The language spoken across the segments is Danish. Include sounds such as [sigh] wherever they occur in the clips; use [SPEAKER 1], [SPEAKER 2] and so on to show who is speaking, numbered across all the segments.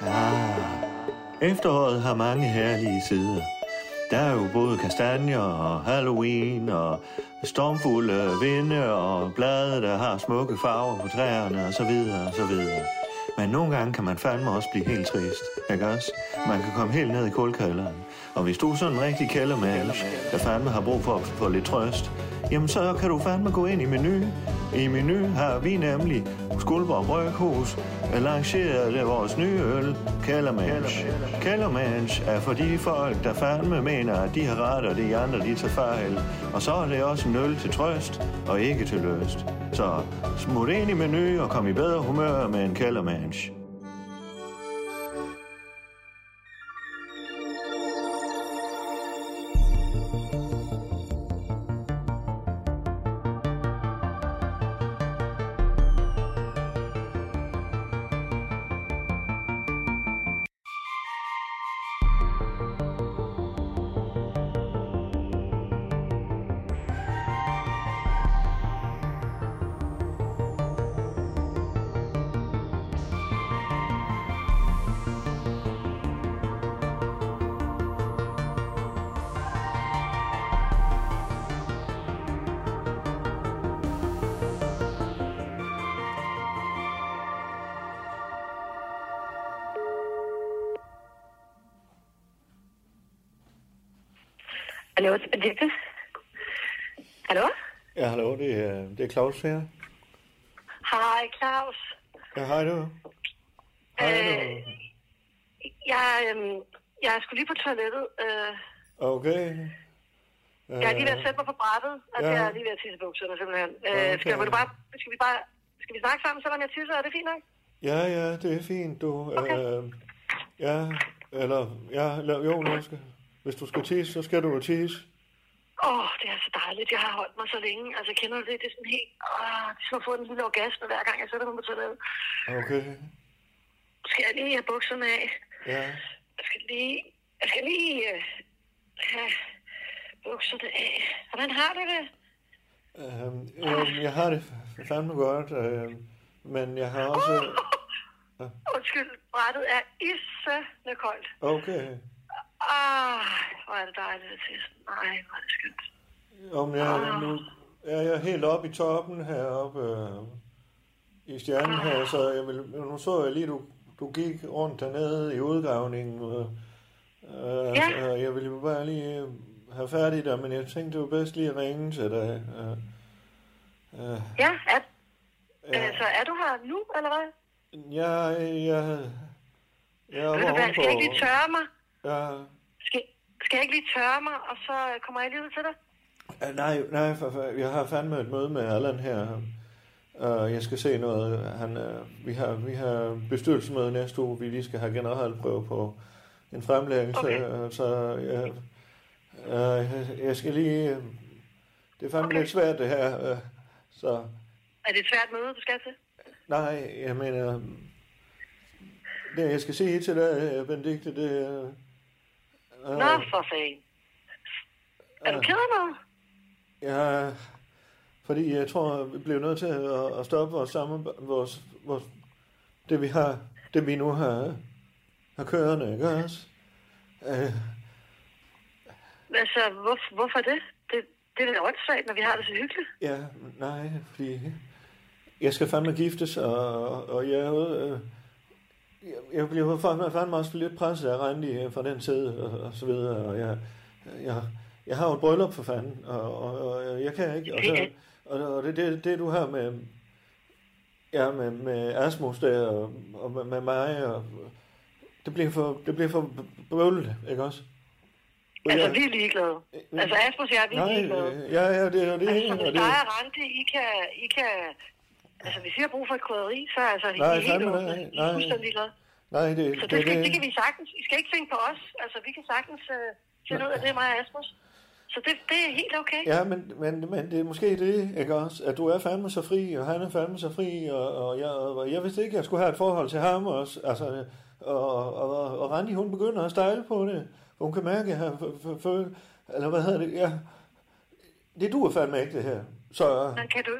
[SPEAKER 1] Ah. Efteråret har mange herlige sider. Der er jo både kastanjer og halloween og stormfulde vinde og blade, der har smukke farver på træerne og så videre og så videre. Men nogle gange kan man fandme også blive helt trist, ikke også? Man kan komme helt ned i kulkælderen. Og hvis du er sådan en rigtig kældermænds, der fandme har brug for at få lidt trøst, jamen så kan du fandme gå ind i menu. I menu har vi nemlig Skuldborg Bryghus lanceret af vores nye øl, Kældermænds. Kældermænds er for de folk, der fandme mener, at de har ret, og de andre de tager fejl. Og så er det også en øl til trøst, og ikke til løst. Så smut ind i menu og kom i bedre humør med en Kældermænds.
[SPEAKER 2] Hallo, det er Benedikte. Hallo?
[SPEAKER 1] Ja, hallo, det er, det er Claus her.
[SPEAKER 2] Hej, Claus.
[SPEAKER 1] Ja, hej du. Hej du.
[SPEAKER 2] Øh. Jeg, øhm, jeg skulle lige på toilettet. Øh,
[SPEAKER 1] Okay. Øh,
[SPEAKER 2] jeg er lige ved at sætte mig på brættet, og
[SPEAKER 1] Ja.
[SPEAKER 2] ja. jeg er lige ved at tisse i bukserne, simpelthen. Øh, skal,
[SPEAKER 1] Okay.
[SPEAKER 2] vil du bare, skal vi bare skal vi snakke sammen, selvom jeg tisser? Er det fint nok?
[SPEAKER 1] Ja, ja, det er fint, du. Okay. Øh, ja, eller, ja, la- jo, nu skal, hvis du skal tisse, så skal du jo tisse.
[SPEAKER 2] Åh, oh, det er så dejligt. Jeg har holdt mig så længe. Altså, kender du det? Det er sådan helt... Åh, det er som at få en lille orgasme, hver gang jeg sætter mig på toilettet.
[SPEAKER 1] Okay,
[SPEAKER 2] Skal jeg lige have bukserne af?
[SPEAKER 1] ja.
[SPEAKER 2] Jeg skal lige... Jeg skal lige... Øh, have bukserne af. Hvordan har du det?
[SPEAKER 1] Øh, øh, jeg har det fandme godt, øh, men jeg har også...
[SPEAKER 2] Undskyld, brættet er isende koldt.
[SPEAKER 1] Okay,
[SPEAKER 2] Ah, hvor er det dejligt at tisse. Nej, hvor er det skønt.
[SPEAKER 1] om jeg nu er jeg helt oppe i toppen heroppe øh, i stjernen her, så jeg vil, nu så jeg lige, du, du gik rundt dernede i udgravningen. Øh, øh,
[SPEAKER 2] Ja.
[SPEAKER 1] øh, jeg ville jo bare lige øh, have færdig dig, men jeg tænkte, det var bedst lige at ringe til dig. Øh, øh,
[SPEAKER 2] Ja, er,
[SPEAKER 1] ja.
[SPEAKER 2] ja. så er du her nu, eller hvad?
[SPEAKER 1] Jeg, jeg, jeg er
[SPEAKER 2] Ved du hvad,
[SPEAKER 1] ovenpå.
[SPEAKER 2] skal jeg ikke lige tørre mig?
[SPEAKER 1] Ja.
[SPEAKER 2] Skal, skal jeg ikke lige tørre mig, og så øh, kommer jeg lige ud til dig?
[SPEAKER 1] Ah, Nej, nej, for, for, jeg har fandme et møde med Allan her. Uh, jeg skal se noget. Han, uh, vi, har, vi har bestyrelsesmøde næste uge. Vi lige skal have generalprøve på en fremlæggelse.
[SPEAKER 2] Okay.
[SPEAKER 1] øh, så jeg, uh, jeg skal lige... øh, Det er fandme okay.
[SPEAKER 2] Okay.
[SPEAKER 1] lidt svært, det her. Uh, så
[SPEAKER 2] Er det et svært møde, du skal til?
[SPEAKER 1] nej, jeg mener... Det, jeg skal sige til dig, øh, Benedikte, det... er, øh,
[SPEAKER 2] Nå, for fanden. Er du ked af noget?
[SPEAKER 1] Ja, fordi jeg tror, vi bliver nødt til at, at stoppe vores samarbejde, vores, vores, det vi har, det vi nu har, har kørende, ikke også? Øh,
[SPEAKER 2] Altså, hvor, hvorfor det? det? Det er da åndssvagt, når vi har det så hyggeligt.
[SPEAKER 1] ja, nej, fordi jeg skal fandme giftes, og, og jeg, er ude, øh, jeg, jeg bliver fandme, fandme også lidt presset af Randi øh, fra den side, og, og så videre, og jeg, jeg, jeg har jo et bryllup for fanden, og, og, og jeg kan ikke, og, så, og, og det, det, det du har med, Ja, med, med Asmus der, og, og med, med mig, og, det bliver for, det bliver for bøvlet, ikke også? Og
[SPEAKER 2] Altså,
[SPEAKER 1] jeg-
[SPEAKER 2] vi er ligeglade.
[SPEAKER 1] men-
[SPEAKER 2] Altså, Asmus og jeg, vi er ligeglade.
[SPEAKER 1] Nej, øh, ja, ja, det er det.
[SPEAKER 2] Altså,
[SPEAKER 1] og
[SPEAKER 2] hvis
[SPEAKER 1] det
[SPEAKER 2] dig og Rante, I kan, I kan... Altså, hvis I har brug for et krydderi, så er altså,
[SPEAKER 1] Nej,
[SPEAKER 2] I er helt
[SPEAKER 1] fandme
[SPEAKER 2] åbne.
[SPEAKER 1] nej,
[SPEAKER 2] I er
[SPEAKER 1] nej.
[SPEAKER 2] fuldstændig glade.
[SPEAKER 1] nej, det,
[SPEAKER 2] Så
[SPEAKER 1] det,
[SPEAKER 2] det,
[SPEAKER 1] det,
[SPEAKER 2] skal, det kan vi sagtens. I skal ikke tænke på os. Altså, vi kan sagtens øh, finde ud af det, mig og Asmus. Så det, det er helt okay.
[SPEAKER 1] Ja, men, men, men det er måske det, ikke også? At du er fandme så fri, og han er fandme så fri, og, og, jeg, og jeg vidste ikke, at jeg skulle have et forhold til ham også. Altså, og, og, og, og Randi, hun begynder at stejle på det. Hun kan mærke, at jeg har f- f- føl- Eller hvad hedder det? Ja. Det du er fandme ikke, det her. Så,
[SPEAKER 2] Men kan du,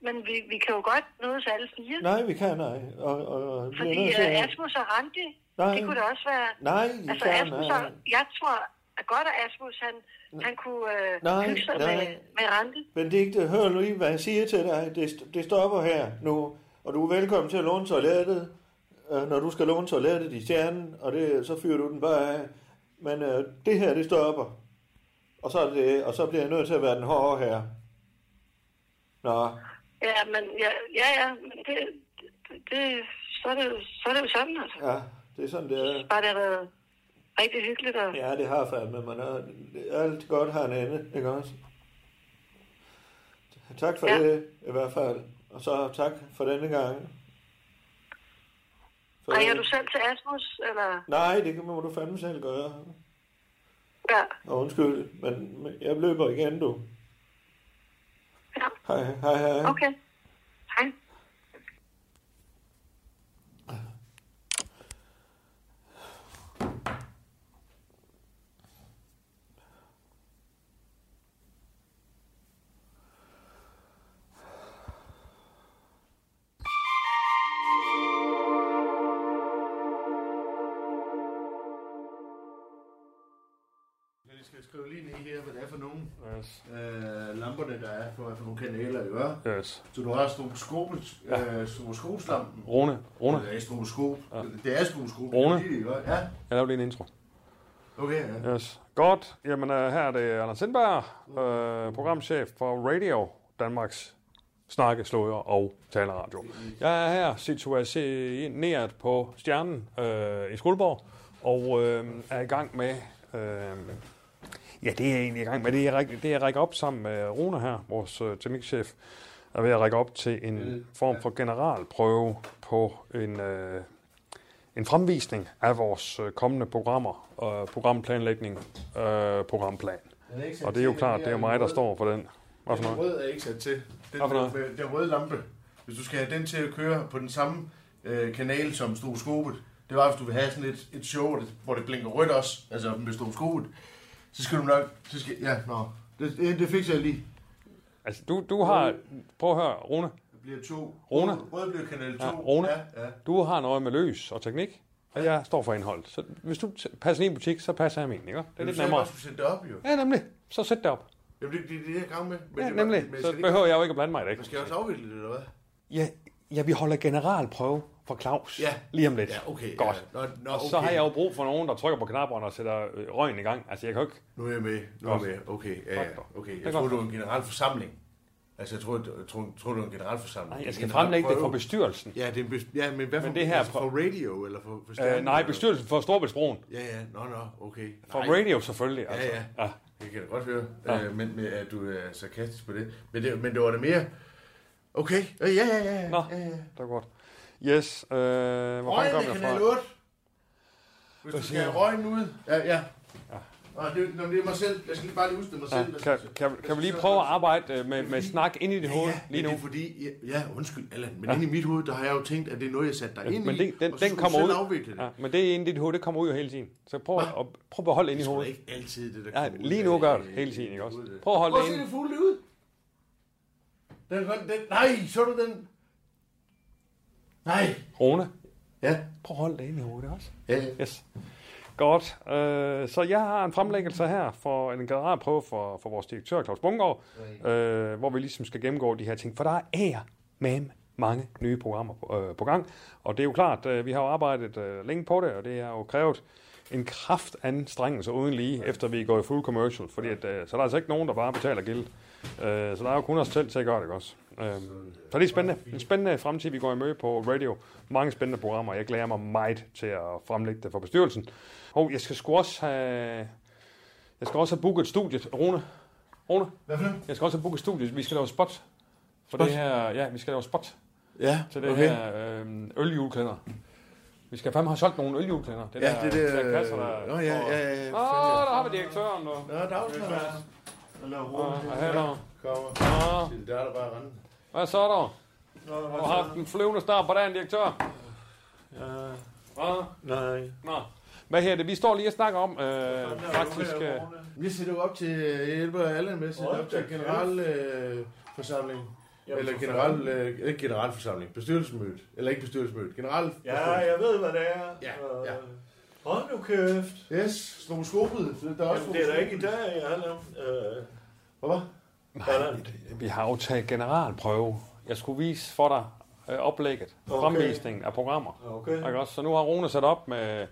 [SPEAKER 2] men vi, vi kan jo godt mødes alle fire.
[SPEAKER 1] Nej, vi kan nej. Og, og, og vi er
[SPEAKER 2] fordi
[SPEAKER 1] nødt til
[SPEAKER 2] øh,
[SPEAKER 1] at-
[SPEAKER 2] Asmus og Randi,
[SPEAKER 1] Nej.
[SPEAKER 2] det kunne da også være...
[SPEAKER 1] Nej,
[SPEAKER 2] Altså,
[SPEAKER 1] Karen,
[SPEAKER 2] Asmus
[SPEAKER 1] nej.
[SPEAKER 2] og, jeg tror at godt, at Asmus, han, han kunne øh,
[SPEAKER 1] Nej,
[SPEAKER 2] hygge sig
[SPEAKER 1] nej.
[SPEAKER 2] med, med Randi.
[SPEAKER 1] Men det er ikke det. Hør nu lige, hvad jeg siger til dig. Det, det stopper her nu. Og du er velkommen til at låne toilettet, øh, når du skal låne toilettet i stjernen. Og det, så fyrer du den bare af. Men øh, det her, det stopper. Og så, er det, og så bliver jeg nødt til at være den hårde her. Nå,
[SPEAKER 2] Ja, men ja, ja, ja men det, det, det, så, er det, jo- så er det jo sådan, altså.
[SPEAKER 1] ja, det er sådan, det er.
[SPEAKER 2] Bare det har været rigtig hyggeligt. Og,
[SPEAKER 1] Ja, det har fandme mig. Nå, Alt godt har en ende, ikke også? Tak for
[SPEAKER 2] Ja.
[SPEAKER 1] ja. det, i hvert fald. Og så tak for denne gang. For,
[SPEAKER 2] Ringer du selv til Asmus, eller?
[SPEAKER 1] Nej, det kan- må du fandme selv gøre.
[SPEAKER 2] Ja,
[SPEAKER 1] Og undskyld, men men jeg løber igen, du.
[SPEAKER 2] ja,
[SPEAKER 1] Hej, hej, hej.
[SPEAKER 2] okay. Hej.
[SPEAKER 3] Men jeg skal skrive lige ned her, hvad det er for nogle øh, lamperne, der er for, for nogle kanaler, ikke? hva'?
[SPEAKER 4] Yes.
[SPEAKER 3] Så du har stroboskopet, øh, stroboskopslampen.
[SPEAKER 4] Rune, Rune,
[SPEAKER 3] Det er stroboskop. Det er stroboskop.
[SPEAKER 4] Rune.
[SPEAKER 3] Det er det, ikke hva'? Ja,
[SPEAKER 4] jeg lavede lige en intro.
[SPEAKER 3] okay. Ja.
[SPEAKER 4] Yes. Godt, jamen øh, her er det Anders Sindberg, øh, programchef for Radio Danmarks Snakke, Sløjer og Taleradio. Jeg er her situeret på Stjernen øh, i Skuldborg, og øh, er i gang med... Øh, ja, det er jeg egentlig i gang med. Det er, jeg ræk- det er jeg rækker op sammen med Rune her, vores øh, teknikchef, er ved at række op til en form for generalprøve på en... Øh, en fremvisning af vores øh, kommende programmer, øh, programplanlægning, øh, programplan.
[SPEAKER 3] Den er ikke sat
[SPEAKER 4] Og det er jo
[SPEAKER 3] til,
[SPEAKER 4] klart, det er jo
[SPEAKER 3] den
[SPEAKER 4] mig, der
[SPEAKER 3] røde-
[SPEAKER 4] står for den. Hvad for
[SPEAKER 3] Den
[SPEAKER 4] noget?
[SPEAKER 3] røde er ikke sat til. Den,
[SPEAKER 4] Hvad for noget?
[SPEAKER 3] med- den røde lampe. Hvis du skal have den til at køre på den samme øh, kanal som stroboskopet, det var, hvis du vil have sådan et, et show, hvor det, hvor det blinker rødt også, altså med stroboskopet, så skal du nok... Så skal, ja, nå. Det, det, det fikser jeg lige.
[SPEAKER 4] Altså, du, du har... Prøv at høre, Rune.
[SPEAKER 3] Det bliver to.
[SPEAKER 4] Rune.
[SPEAKER 3] Rød bliver kanal 2.
[SPEAKER 4] Ja, Rune.
[SPEAKER 3] Ja, ja.
[SPEAKER 4] Du har noget med løs og teknik, og jeg står for indhold. Så hvis du t- passer en butik, så passer jeg min, ikke? Det er
[SPEAKER 3] Men
[SPEAKER 4] lidt
[SPEAKER 3] du sagde
[SPEAKER 4] nemmere.
[SPEAKER 3] bare, at du sætte det op, jo.
[SPEAKER 4] Ja, nemlig. Så sæt det op.
[SPEAKER 3] Jamen, det, det, det er det, jeg er i gang med. Men
[SPEAKER 4] Ja,
[SPEAKER 3] det var-
[SPEAKER 4] nemlig.
[SPEAKER 3] Men jeg
[SPEAKER 4] Så
[SPEAKER 3] skal, lige-
[SPEAKER 4] behøver jeg jo ikke at blande mig i
[SPEAKER 3] man
[SPEAKER 4] det.
[SPEAKER 3] skal også afvikle det, eller hvad?
[SPEAKER 4] Ja, ja, vi holder generalprøve for Claus
[SPEAKER 3] Ja.
[SPEAKER 4] lige om lidt.
[SPEAKER 3] Ja, okay.
[SPEAKER 4] Godt.
[SPEAKER 3] Ja. Nå, nå,
[SPEAKER 4] Og
[SPEAKER 3] okay.
[SPEAKER 4] så har jeg jo brug for nogen, der trykker på knapperne og sætter øh, røgen i gang. Altså, jeg kan jo ikke...
[SPEAKER 3] Nu er jeg med. Nu er jeg med. Okay, ja, ja.
[SPEAKER 4] Godt, godt.
[SPEAKER 3] Okay,
[SPEAKER 4] Det er
[SPEAKER 3] jeg tror,
[SPEAKER 4] godt.
[SPEAKER 3] det var en generalforsamling. Altså, jeg tror, jeg, jeg tror, jeg tror, det var en generalforsamling.
[SPEAKER 4] Nej,
[SPEAKER 3] En
[SPEAKER 4] jeg skal
[SPEAKER 3] generel
[SPEAKER 4] fremlægge det for
[SPEAKER 3] prøve.
[SPEAKER 4] bestyrelsen.
[SPEAKER 3] Ja, det er en bes- ja, men hvad for,
[SPEAKER 4] Men det her
[SPEAKER 3] altså,
[SPEAKER 4] er prø-
[SPEAKER 3] for radio, eller for, for
[SPEAKER 4] Øh,
[SPEAKER 3] stjernen,
[SPEAKER 4] nej,
[SPEAKER 3] eller-
[SPEAKER 4] bestyrelsen for Storbritannien.
[SPEAKER 3] Ja, ja, nå, nå, okay.
[SPEAKER 4] For
[SPEAKER 3] Nej,
[SPEAKER 4] radio selvfølgelig. Altså.
[SPEAKER 3] ja.
[SPEAKER 4] ja.
[SPEAKER 3] Det kan jeg godt høre, ja. øh, men med, at du er sarkastisk på det. Men det, men det var det mere... Okay, øh, ja, ja, ja.
[SPEAKER 4] Nå.
[SPEAKER 3] ja, ja.
[SPEAKER 4] Det er godt. Yes, øh, hvor fanden kom
[SPEAKER 3] Røgen
[SPEAKER 4] jeg
[SPEAKER 3] i kanal
[SPEAKER 4] fra?
[SPEAKER 3] 8. Hvis du skal have røgen ud. Ja, ja. Nå, det, nå, det er mig selv. Jeg skal lige bare lige huske det er mig
[SPEAKER 4] Ja,
[SPEAKER 3] selv.
[SPEAKER 4] kan, kan, kan vi lige prøve at arbejde øh, med, med snak ind i dit hoved lige nu?
[SPEAKER 3] Det er fordi, ja, ja undskyld, Allan, men ja. inde i mit hoved, der har jeg jo tænkt, at det er noget, jeg satte dig ind
[SPEAKER 4] Men
[SPEAKER 3] i,
[SPEAKER 4] den, den,
[SPEAKER 3] og så skulle
[SPEAKER 4] den
[SPEAKER 3] du
[SPEAKER 4] kommer
[SPEAKER 3] selv
[SPEAKER 4] ud.
[SPEAKER 3] afvikle det.
[SPEAKER 4] Ja, men det er inde i dit hoved, det kommer ud jo hele tiden. Så prøv at, og prøv at holde det inde i
[SPEAKER 3] Det er
[SPEAKER 4] hovedet.
[SPEAKER 3] ikke altid det, der
[SPEAKER 4] Ja,
[SPEAKER 3] kommer ud
[SPEAKER 4] lige
[SPEAKER 3] af-
[SPEAKER 4] nu gør det
[SPEAKER 3] af-
[SPEAKER 4] hele tiden, ikke også?
[SPEAKER 3] ud af det.
[SPEAKER 4] Prøv at holde
[SPEAKER 3] Prøv
[SPEAKER 4] det
[SPEAKER 3] at se
[SPEAKER 4] inde.
[SPEAKER 3] det fugle ud. Den, er godt- den, nej, så du den? Nej.
[SPEAKER 4] Rune,
[SPEAKER 3] Ja.
[SPEAKER 4] prøv at holde det inde i hovedet også.
[SPEAKER 3] ja. ja.
[SPEAKER 4] Yes. Godt. Øh, så jeg har en fremlæggelse her for en generalprøve for, for vores direktør, Claus Bungård, øh, hvor vi ligesom skal gennemgå de her ting. For der er ære med mange nye programmer på, øh, på gang. Og det er jo klart, øh, vi har jo arbejdet øh, længe på det, og det har jo krævet en kraftanstrengelse uden lige, efter vi er gået fuld commercial. Fordi at, øh, så er der altså ikke nogen, der bare betaler gæld. Øh, så der er jo kun os selv til at gøre det, ikke også? Øh, så det er spændende. En spændende fremtid, vi går i møde på radio. Mange spændende programmer. Jeg glæder mig meget til at fremlægge det for bestyrelsen. Og jeg skal sgu også have... Jeg skal også have booket studiet. Rune, Rune,
[SPEAKER 3] Hvad for noget?
[SPEAKER 4] jeg skal også have booket studiet. Vi skal lave spot. For
[SPEAKER 3] Spot?
[SPEAKER 4] det her, ja, vi skal lave spot
[SPEAKER 3] Ja,
[SPEAKER 4] til det okay.
[SPEAKER 3] okay.
[SPEAKER 4] her øh, øljulekalender. Vi skal fandme have solgt nogle øljulekalender. Det
[SPEAKER 3] Ja,
[SPEAKER 4] der,
[SPEAKER 3] det der...
[SPEAKER 4] der kasser, der...
[SPEAKER 3] Nå, ja, ja, ja.
[SPEAKER 4] Åh, oh, der har vi direktøren, og,
[SPEAKER 3] Nå, dags, der er Eller
[SPEAKER 4] og,
[SPEAKER 3] rundt.
[SPEAKER 4] og her der.
[SPEAKER 3] Kommer.
[SPEAKER 4] Nå,
[SPEAKER 3] Det er der, der bare rende.
[SPEAKER 4] hvad så der?
[SPEAKER 3] Nå, hvad
[SPEAKER 4] Du
[SPEAKER 3] så?
[SPEAKER 4] har haft en flyvende start på dagen, direktør.
[SPEAKER 1] Ja,
[SPEAKER 4] Hvad?
[SPEAKER 1] nej.
[SPEAKER 4] Nå. Hvad her det? Vi står lige og snakker om, øh, faktisk... Øh,
[SPEAKER 3] Vi sætter jo op til, jeg hjælper Allan med at sætte op til generalforsamlingen. Øh, forsamling. Eller generelt, øh, ikke generalforsamling, bestyrelsesmødet. Eller ikke bestyrelsesmødet, generelt.
[SPEAKER 5] Ja, jeg ved, hvad det er.
[SPEAKER 3] Ja,
[SPEAKER 5] Og-
[SPEAKER 3] ja.
[SPEAKER 5] Hold nu kæft.
[SPEAKER 3] Yes, stroboskopet. Det er, også
[SPEAKER 5] Jamen, det er da ikke i dag, jeg har lavet. Øh,
[SPEAKER 3] Hvad?
[SPEAKER 5] hvordan?
[SPEAKER 4] Vi har aftalt generalprøve. Jeg skulle vise for dig øh, oplægget,
[SPEAKER 5] Okay.
[SPEAKER 4] okay. fremvisningen af programmer.
[SPEAKER 5] Okay.
[SPEAKER 4] Ikke også? Så nu har Rune sat op med...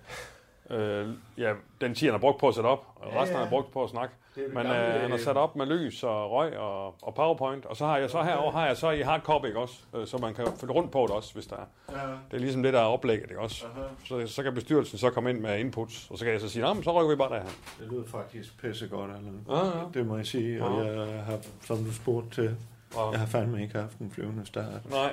[SPEAKER 4] Øh, ja, den 10, han har brugt på at sætte op, og
[SPEAKER 5] Ja,
[SPEAKER 4] resten
[SPEAKER 5] ja.
[SPEAKER 4] har han brugt på at snakke.
[SPEAKER 3] Det er det
[SPEAKER 4] Men
[SPEAKER 3] gamle,
[SPEAKER 4] øh, han har
[SPEAKER 3] øh,
[SPEAKER 4] sat op med lys og røg og, og powerpoint, og så har jeg så herovre, har jeg så i hardcopy, ikke også? Øh, Så man kan flytte rundt på det også, hvis der er.
[SPEAKER 5] Ja.
[SPEAKER 4] Det er ligesom det, der er oplægget, ikke også? Så, så kan bestyrelsen så komme ind med inputs, og så kan jeg så sige, "Nå, men så rykker vi bare derhen.
[SPEAKER 5] Det lyder faktisk.
[SPEAKER 6] pissegodt, Allan.
[SPEAKER 5] Ah,
[SPEAKER 4] Ja, ja.
[SPEAKER 6] Det må jeg sige, og
[SPEAKER 4] Ja.
[SPEAKER 6] jeg har, som du spurgte til,
[SPEAKER 4] Og,
[SPEAKER 5] Ah.
[SPEAKER 6] jeg har fandme ikke haft en flyvende start.
[SPEAKER 4] Nej.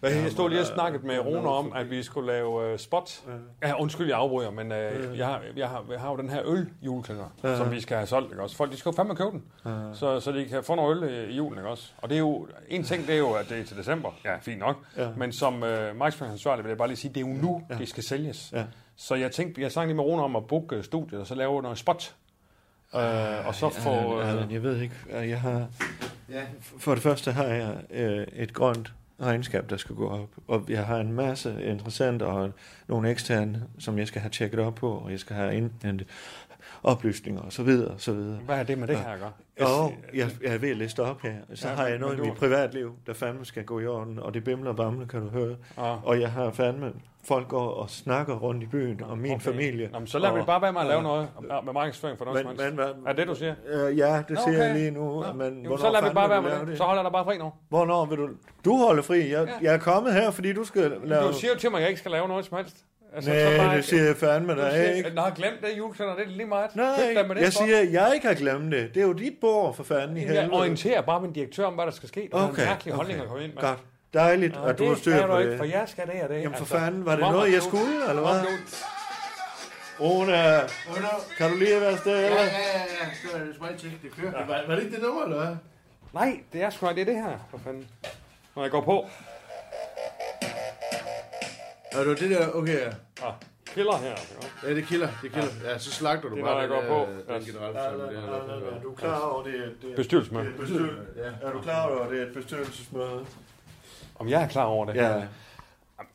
[SPEAKER 4] Hvad, jeg stod lige og snakket med
[SPEAKER 6] Ja, men der-
[SPEAKER 4] Rune om, at vi skulle lave uh, spot. Ja, undskyld, jeg afbryder, men uh, jeg, har, jeg, har, jeg har jo den her øl julekalender,
[SPEAKER 6] Ja.
[SPEAKER 4] som vi skal have solgt, ikke også? Folk, de skal jo fandme købe den, så, så de kan få noget øl øh, i julen, ikke også? Og det er jo, en ting, det er jo, at det er til december. Ja, fint nok.
[SPEAKER 6] Ja.
[SPEAKER 4] Men som uh, markedsføringsansvarlig vil jeg bare lige sige, det er jo nu, ja. det skal sælges.
[SPEAKER 6] Ja.
[SPEAKER 4] Så jeg tænkte, jeg sang lige med Rune om at booke øh, studiet, og så lave noget spot. Uh, og så få...
[SPEAKER 6] Allan,
[SPEAKER 4] Uh,
[SPEAKER 6] Allan, jeg ved ikke, øh, jeg har...
[SPEAKER 3] Ja.
[SPEAKER 6] For det første har jeg øh, et grønt regnskab, der skal gå op, og jeg har en masse interessenter og nogle eksterne, som jeg skal have tjekket op på, og jeg skal have indhentet oplysninger og så videre og så videre.
[SPEAKER 4] hvad er det med det her, ikke?
[SPEAKER 6] Og jeg, jeg er ved at liste op her. Så
[SPEAKER 4] Ja,
[SPEAKER 6] ja, har jeg
[SPEAKER 4] men-
[SPEAKER 6] noget i
[SPEAKER 4] men
[SPEAKER 6] mit
[SPEAKER 4] du-
[SPEAKER 6] privatliv, der fandme skal gå i orden, og det bimler og bamler, kan du høre.
[SPEAKER 4] Og,
[SPEAKER 6] Og jeg har fandme, folk går og snakker rundt i byen om min familie.
[SPEAKER 4] Nå, men så lader
[SPEAKER 6] og,
[SPEAKER 4] vi bare være med at lave noget om- med markedsføring for noget
[SPEAKER 6] Men-
[SPEAKER 4] som helst.
[SPEAKER 6] men hvad-
[SPEAKER 4] Er det, du siger?
[SPEAKER 6] Øh, ja, det
[SPEAKER 4] Nå,
[SPEAKER 6] ser jeg
[SPEAKER 4] okay.
[SPEAKER 6] lige nu.
[SPEAKER 4] Nå,
[SPEAKER 6] Men
[SPEAKER 4] Jamen,
[SPEAKER 6] hvornår
[SPEAKER 4] så lader vi
[SPEAKER 6] fanden
[SPEAKER 4] bare
[SPEAKER 6] vil
[SPEAKER 4] være
[SPEAKER 6] du
[SPEAKER 4] med
[SPEAKER 6] lave
[SPEAKER 4] det. Så holder jeg dig bare fri nu.
[SPEAKER 6] Hvornår vil du... Du holder fri. Jeg,
[SPEAKER 4] Ja.
[SPEAKER 6] ja. jeg er kommet her, fordi du skal lave...
[SPEAKER 4] Du siger jo til mig, at jeg ikke skal lave noget som helst. Altså,
[SPEAKER 6] Nej, det siger jeg fandme
[SPEAKER 4] du siger,
[SPEAKER 6] dig ikke.
[SPEAKER 4] Nå, glem det juleklæder, det er lige meget. Pyt dig
[SPEAKER 6] Nej,
[SPEAKER 4] med det
[SPEAKER 6] jeg
[SPEAKER 4] for.
[SPEAKER 6] siger, at jeg ikke har glemt det. Det er jo dit bord, for fanden i
[SPEAKER 4] jeg
[SPEAKER 6] helvede.
[SPEAKER 4] orienterer bare min direktør om, hvad der skal ske. Det er en mærkelig holdning at komme ind med.
[SPEAKER 6] Godt. Dejligt,
[SPEAKER 4] Nå,
[SPEAKER 6] at du har
[SPEAKER 4] det
[SPEAKER 6] styr
[SPEAKER 4] er
[SPEAKER 6] på
[SPEAKER 4] du ikke, for
[SPEAKER 6] det.
[SPEAKER 4] jeg skal det og det.
[SPEAKER 6] Jamen for
[SPEAKER 4] Altså,
[SPEAKER 6] fanden, var det
[SPEAKER 4] kom
[SPEAKER 6] noget,
[SPEAKER 4] og
[SPEAKER 6] jeg
[SPEAKER 4] nu.
[SPEAKER 6] skulle, eller
[SPEAKER 4] Kom
[SPEAKER 6] hvad?
[SPEAKER 4] nu.
[SPEAKER 6] Rune, kan du lige være sted?
[SPEAKER 3] Ja,
[SPEAKER 6] eller?
[SPEAKER 3] ja, ja, ja. Så er det så meget tjek, det kører. Ja. Var, var, det ikke det nummer, eller hvad?
[SPEAKER 4] Nej, det er sgu ikke det, er det her. For fanden. Når jeg går på.
[SPEAKER 3] Nå, det var det der, okay, ja.
[SPEAKER 4] Ah, piller her. ikke?
[SPEAKER 3] Ja, det kilder, det kilder. Ja, så slagter du
[SPEAKER 4] Det er,
[SPEAKER 3] bare
[SPEAKER 4] når jeg går
[SPEAKER 3] der,
[SPEAKER 4] på.
[SPEAKER 3] øh, Den
[SPEAKER 4] Ja.
[SPEAKER 3] generelle
[SPEAKER 6] Allan,
[SPEAKER 3] forsamling, det er i hvert fald
[SPEAKER 6] Allan, Er
[SPEAKER 3] godt.
[SPEAKER 6] du klar over, det er, det er,
[SPEAKER 4] Bestyrelsesmøde.
[SPEAKER 6] det er bestyrelse?
[SPEAKER 3] Ja.
[SPEAKER 6] Er du klar over, det er et bestyrelsesmøde?
[SPEAKER 4] Om jeg er klar over det?
[SPEAKER 6] Ja,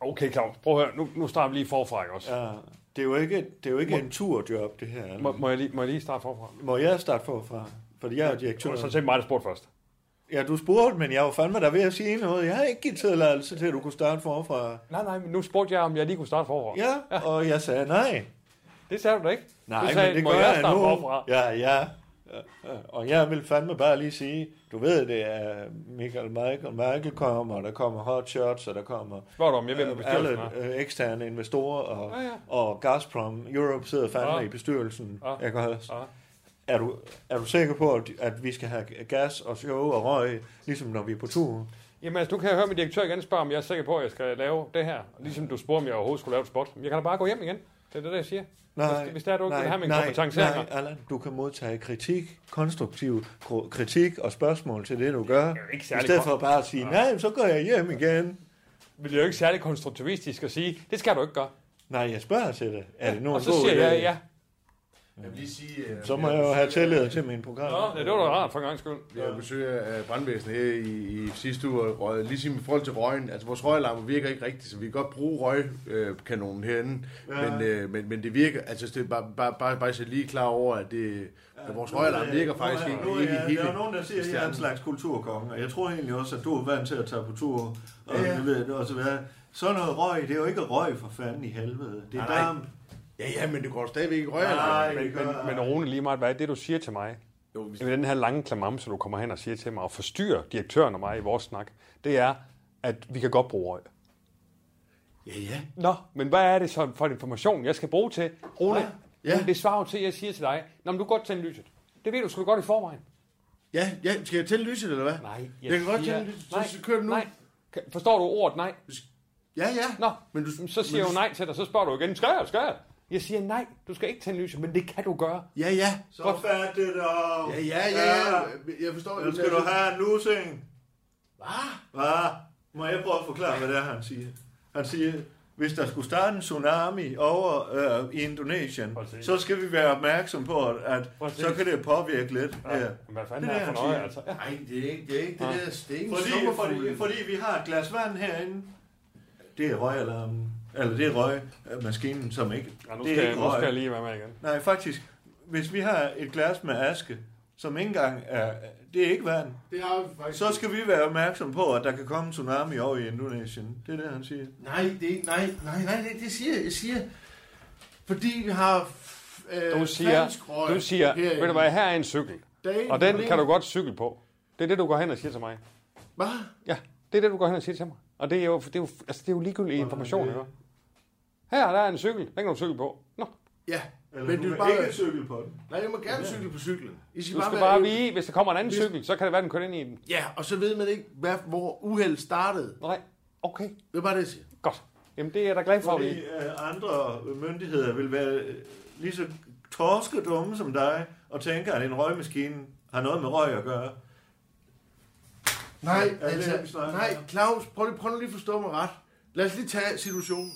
[SPEAKER 4] Okay, Claus, prøv at høre. Nu, nu starter vi lige forfra, ikke også?
[SPEAKER 6] ja. Det er jo ikke, det er jo ikke en turjob, det her.
[SPEAKER 4] Må,
[SPEAKER 6] Må,
[SPEAKER 4] må, jeg lige, må jeg lige starte forfra?
[SPEAKER 6] må jeg starte forfra? Fordi jeg er direktør.
[SPEAKER 4] Så sådan set mig, der spurgte først.
[SPEAKER 6] Ja, du spurgte, men jeg var fandme der ved at sige noget. Jeg har ikke givet tilladelse til, at du kunne starte forfra.
[SPEAKER 4] Nej, nej, men nu spurgte jeg, om jeg lige kunne starte forfra. Ja.
[SPEAKER 6] Ja, og jeg sagde nej.
[SPEAKER 4] Det sagde du da ikke.
[SPEAKER 6] Nej,
[SPEAKER 4] du sagde,
[SPEAKER 6] men det
[SPEAKER 4] må
[SPEAKER 6] gør
[SPEAKER 4] jeg
[SPEAKER 6] jeg,
[SPEAKER 4] starte
[SPEAKER 6] nu.
[SPEAKER 4] forfra?
[SPEAKER 6] Ja, ja. Ja, ja. Og jeg vil fandme bare lige sige, du ved, det er Michael Michael, Michael kommer, og der kommer hot shots, og der kommer
[SPEAKER 4] Spørger du, om jeg vil med
[SPEAKER 6] øh, alle
[SPEAKER 4] bestyrelsen? hva'?
[SPEAKER 6] øh, eksterne investorer, og,
[SPEAKER 4] Ah, Ja, Ah. ja.
[SPEAKER 6] og Gazprom Europe sidder fandme
[SPEAKER 4] Ja.
[SPEAKER 6] i bestyrelsen.
[SPEAKER 4] Ja.
[SPEAKER 6] Jeg kan også.
[SPEAKER 4] Ja.
[SPEAKER 6] Er du, er du sikker på, at, at vi skal have gas og show og røg, ligesom når vi er på tur?
[SPEAKER 4] Jamen altså, nu kan jeg høre min direktør igen spørge, om jeg er sikker på, at jeg skal lave det her. Ligesom du spurgte, om jeg overhovedet skulle lave et spot. Men jeg kan da bare gå hjem igen. Det er det, jeg siger.
[SPEAKER 6] Nej,
[SPEAKER 4] Altså, Hvis- hvis det er, du ikke vil have min kompetence
[SPEAKER 6] nej,
[SPEAKER 4] her.
[SPEAKER 6] Allan, du kan modtage kritik, konstruktiv kro- kritik og spørgsmål til det, du gør.
[SPEAKER 4] ikke
[SPEAKER 6] I
[SPEAKER 4] særlig Ah.
[SPEAKER 6] stedet
[SPEAKER 4] kon-
[SPEAKER 6] for bare at sige, nej, så går jeg hjem igen.
[SPEAKER 4] Men det er jo ikke særlig konstruktivistisk at sige, det skal du ikke gøre.
[SPEAKER 6] Nej, jeg spørger til det. Er det nu
[SPEAKER 4] Og
[SPEAKER 6] en
[SPEAKER 4] så
[SPEAKER 6] god
[SPEAKER 4] siger
[SPEAKER 6] idé?
[SPEAKER 4] jeg ja.
[SPEAKER 3] Jeg vil lige sige... øh,
[SPEAKER 6] Så må
[SPEAKER 3] vi
[SPEAKER 6] jeg
[SPEAKER 3] har
[SPEAKER 6] jo have
[SPEAKER 3] besøg af-
[SPEAKER 6] tillid til mine program.
[SPEAKER 4] Nå, det var da rart for en gang skyld.
[SPEAKER 3] Vi har besøg af øh, brandvæsenet her i, i sidste uge, og røg- ligesom i forhold til røgen, altså vores røgalarmer virker ikke rigtigt, så vi kan godt bruge røgkanonen herinde, ja. men, øh, men, men det virker, altså det er bare, bare, bare, bare så lige klar over, at, det, at vores røgalarm virker faktisk ikke,
[SPEAKER 6] Nu er,
[SPEAKER 3] ikke
[SPEAKER 6] jeg-
[SPEAKER 3] helt...
[SPEAKER 6] der er nogen, der siger, at jeg er en slags kulturkonge, og jeg tror egentlig også, at du er vant til at tage på tur, og
[SPEAKER 3] Ja.
[SPEAKER 6] ja. det ved du også hvad. Sådan noget røg, det er jo ikke røg for fanden i helvede. Det er
[SPEAKER 3] Nej, nej.
[SPEAKER 6] damp.
[SPEAKER 3] Ja, ja, men det går stadigvæk ikke
[SPEAKER 6] Nej,
[SPEAKER 3] røgalarm.
[SPEAKER 6] det
[SPEAKER 4] Men,
[SPEAKER 6] gør-
[SPEAKER 4] men Rune, lige meget hvad er det, du siger til mig?
[SPEAKER 3] Jo, vi-
[SPEAKER 4] Det er den her lange klamamse, du kommer hen og siger til mig, og forstyrrer direktøren og mig i vores snak, det er, at vi kan godt bruge røg.
[SPEAKER 3] Ja, ja.
[SPEAKER 4] Nå, men hvad er det så for en information, jeg skal bruge til? Rune, ja,
[SPEAKER 3] Ah, ja.
[SPEAKER 4] det svarer jo til, at jeg siger til dig, Nå, men du kan godt tænde lyset. Det ved du sgu godt i forvejen.
[SPEAKER 3] Ja, ja, skal jeg tænde lyset, eller hvad?
[SPEAKER 4] Nej,
[SPEAKER 3] jeg, jeg kan godt tænde lyset, så, så kører du nu.
[SPEAKER 4] Nej. Kan- Forstår du ordet nej?
[SPEAKER 3] Ja, ja.
[SPEAKER 4] Nå,
[SPEAKER 3] men du,
[SPEAKER 4] så siger
[SPEAKER 3] men
[SPEAKER 4] jeg
[SPEAKER 3] du-
[SPEAKER 4] jo nej til dig, så spørger du igen, skal jeg, skal jeg? Jeg siger nej, du skal ikke tænde lyset, men det kan du gøre.
[SPEAKER 3] Ja, ja.
[SPEAKER 6] Så fat det dog.
[SPEAKER 3] Ja, ja, ja, ja. Jeg forstår.
[SPEAKER 6] Nu skal
[SPEAKER 3] men- altså-
[SPEAKER 6] du have en lusing.
[SPEAKER 3] Hvad?
[SPEAKER 6] Hvad? Må jeg prøve at forklare, hvad det er, han siger? Han siger, hvis der skulle starte en tsunami over øh, i Indonesien,
[SPEAKER 4] Præcis.
[SPEAKER 6] så skal vi være opmærksom på, at, at
[SPEAKER 4] Præcis.
[SPEAKER 6] så kan det påvirke lidt. Ja. Ja.
[SPEAKER 4] Hvad
[SPEAKER 6] Det
[SPEAKER 4] fanden det
[SPEAKER 6] er
[SPEAKER 4] er
[SPEAKER 6] det,
[SPEAKER 4] for
[SPEAKER 6] han
[SPEAKER 4] noget,
[SPEAKER 6] siger.
[SPEAKER 4] altså? Ja.
[SPEAKER 3] Nej, det er ikke det, er ikke det der sten.
[SPEAKER 6] Fordi, fordi, fordi vi har et glas vand herinde. Det er røgalarmen. Eller det er røgmaskinen, som ikke...
[SPEAKER 4] Ja, nu,
[SPEAKER 6] det er
[SPEAKER 4] skal,
[SPEAKER 6] ikke
[SPEAKER 4] nu skal
[SPEAKER 6] røg.
[SPEAKER 4] jeg lige være med igen.
[SPEAKER 6] Nej, faktisk. Hvis vi har et glas med aske, som ikke engang er... Det er ikke vand.
[SPEAKER 3] Det har vi faktisk.
[SPEAKER 6] Så skal vi være opmærksom på, at der kan komme en tsunami over i Indonesien. Det er det, han siger.
[SPEAKER 3] Nej, det er ikke, nej, nej, nej, det, det siger jeg, jeg siger, fordi vi har f- øh,
[SPEAKER 4] Du siger,
[SPEAKER 3] falsk røg
[SPEAKER 4] du siger
[SPEAKER 3] herinde.
[SPEAKER 4] ved du hvad, her er en cykel.
[SPEAKER 3] Der er ikke
[SPEAKER 4] Og den
[SPEAKER 3] problem.
[SPEAKER 4] kan du godt cykle på. Det er det, du går hen og siger til mig.
[SPEAKER 3] Hvad?
[SPEAKER 4] Ja, det er det, du går hen og siger til mig. Og det er jo, det er jo, altså, det er jo ligegyldig information, ikke? Her, der er en cykel. Den kan du cykle på. Nå,
[SPEAKER 3] Ja,
[SPEAKER 6] Eller
[SPEAKER 3] men
[SPEAKER 6] du
[SPEAKER 3] du
[SPEAKER 6] kan
[SPEAKER 3] bare...
[SPEAKER 6] ikke cykle på den.
[SPEAKER 3] Nej, jeg må gerne cykle på cyklen. I skal
[SPEAKER 4] du skal
[SPEAKER 3] være-
[SPEAKER 4] bare vide, hvis der kommer en anden cykel, så kan det være, den kører ind i den.
[SPEAKER 3] Ja, og så ved man ikke, hvad, hvor uheld startede.
[SPEAKER 4] Nej, okay,
[SPEAKER 3] Det er bare det, jeg siger.
[SPEAKER 4] godt. Jamen, det er jeg da glad for, at
[SPEAKER 6] Fordi
[SPEAKER 4] vi...
[SPEAKER 6] øh, andre myndigheder vil være øh, lige så torske dumme som dig, og tænker, at en røgmaskine har noget med røg at gøre.
[SPEAKER 3] Nej,
[SPEAKER 6] det
[SPEAKER 3] altså,
[SPEAKER 6] det, vi snakker om?
[SPEAKER 3] nej, Claus, prøv lige, prøv lige at forstå mig ret. Lad os lige tage situationen.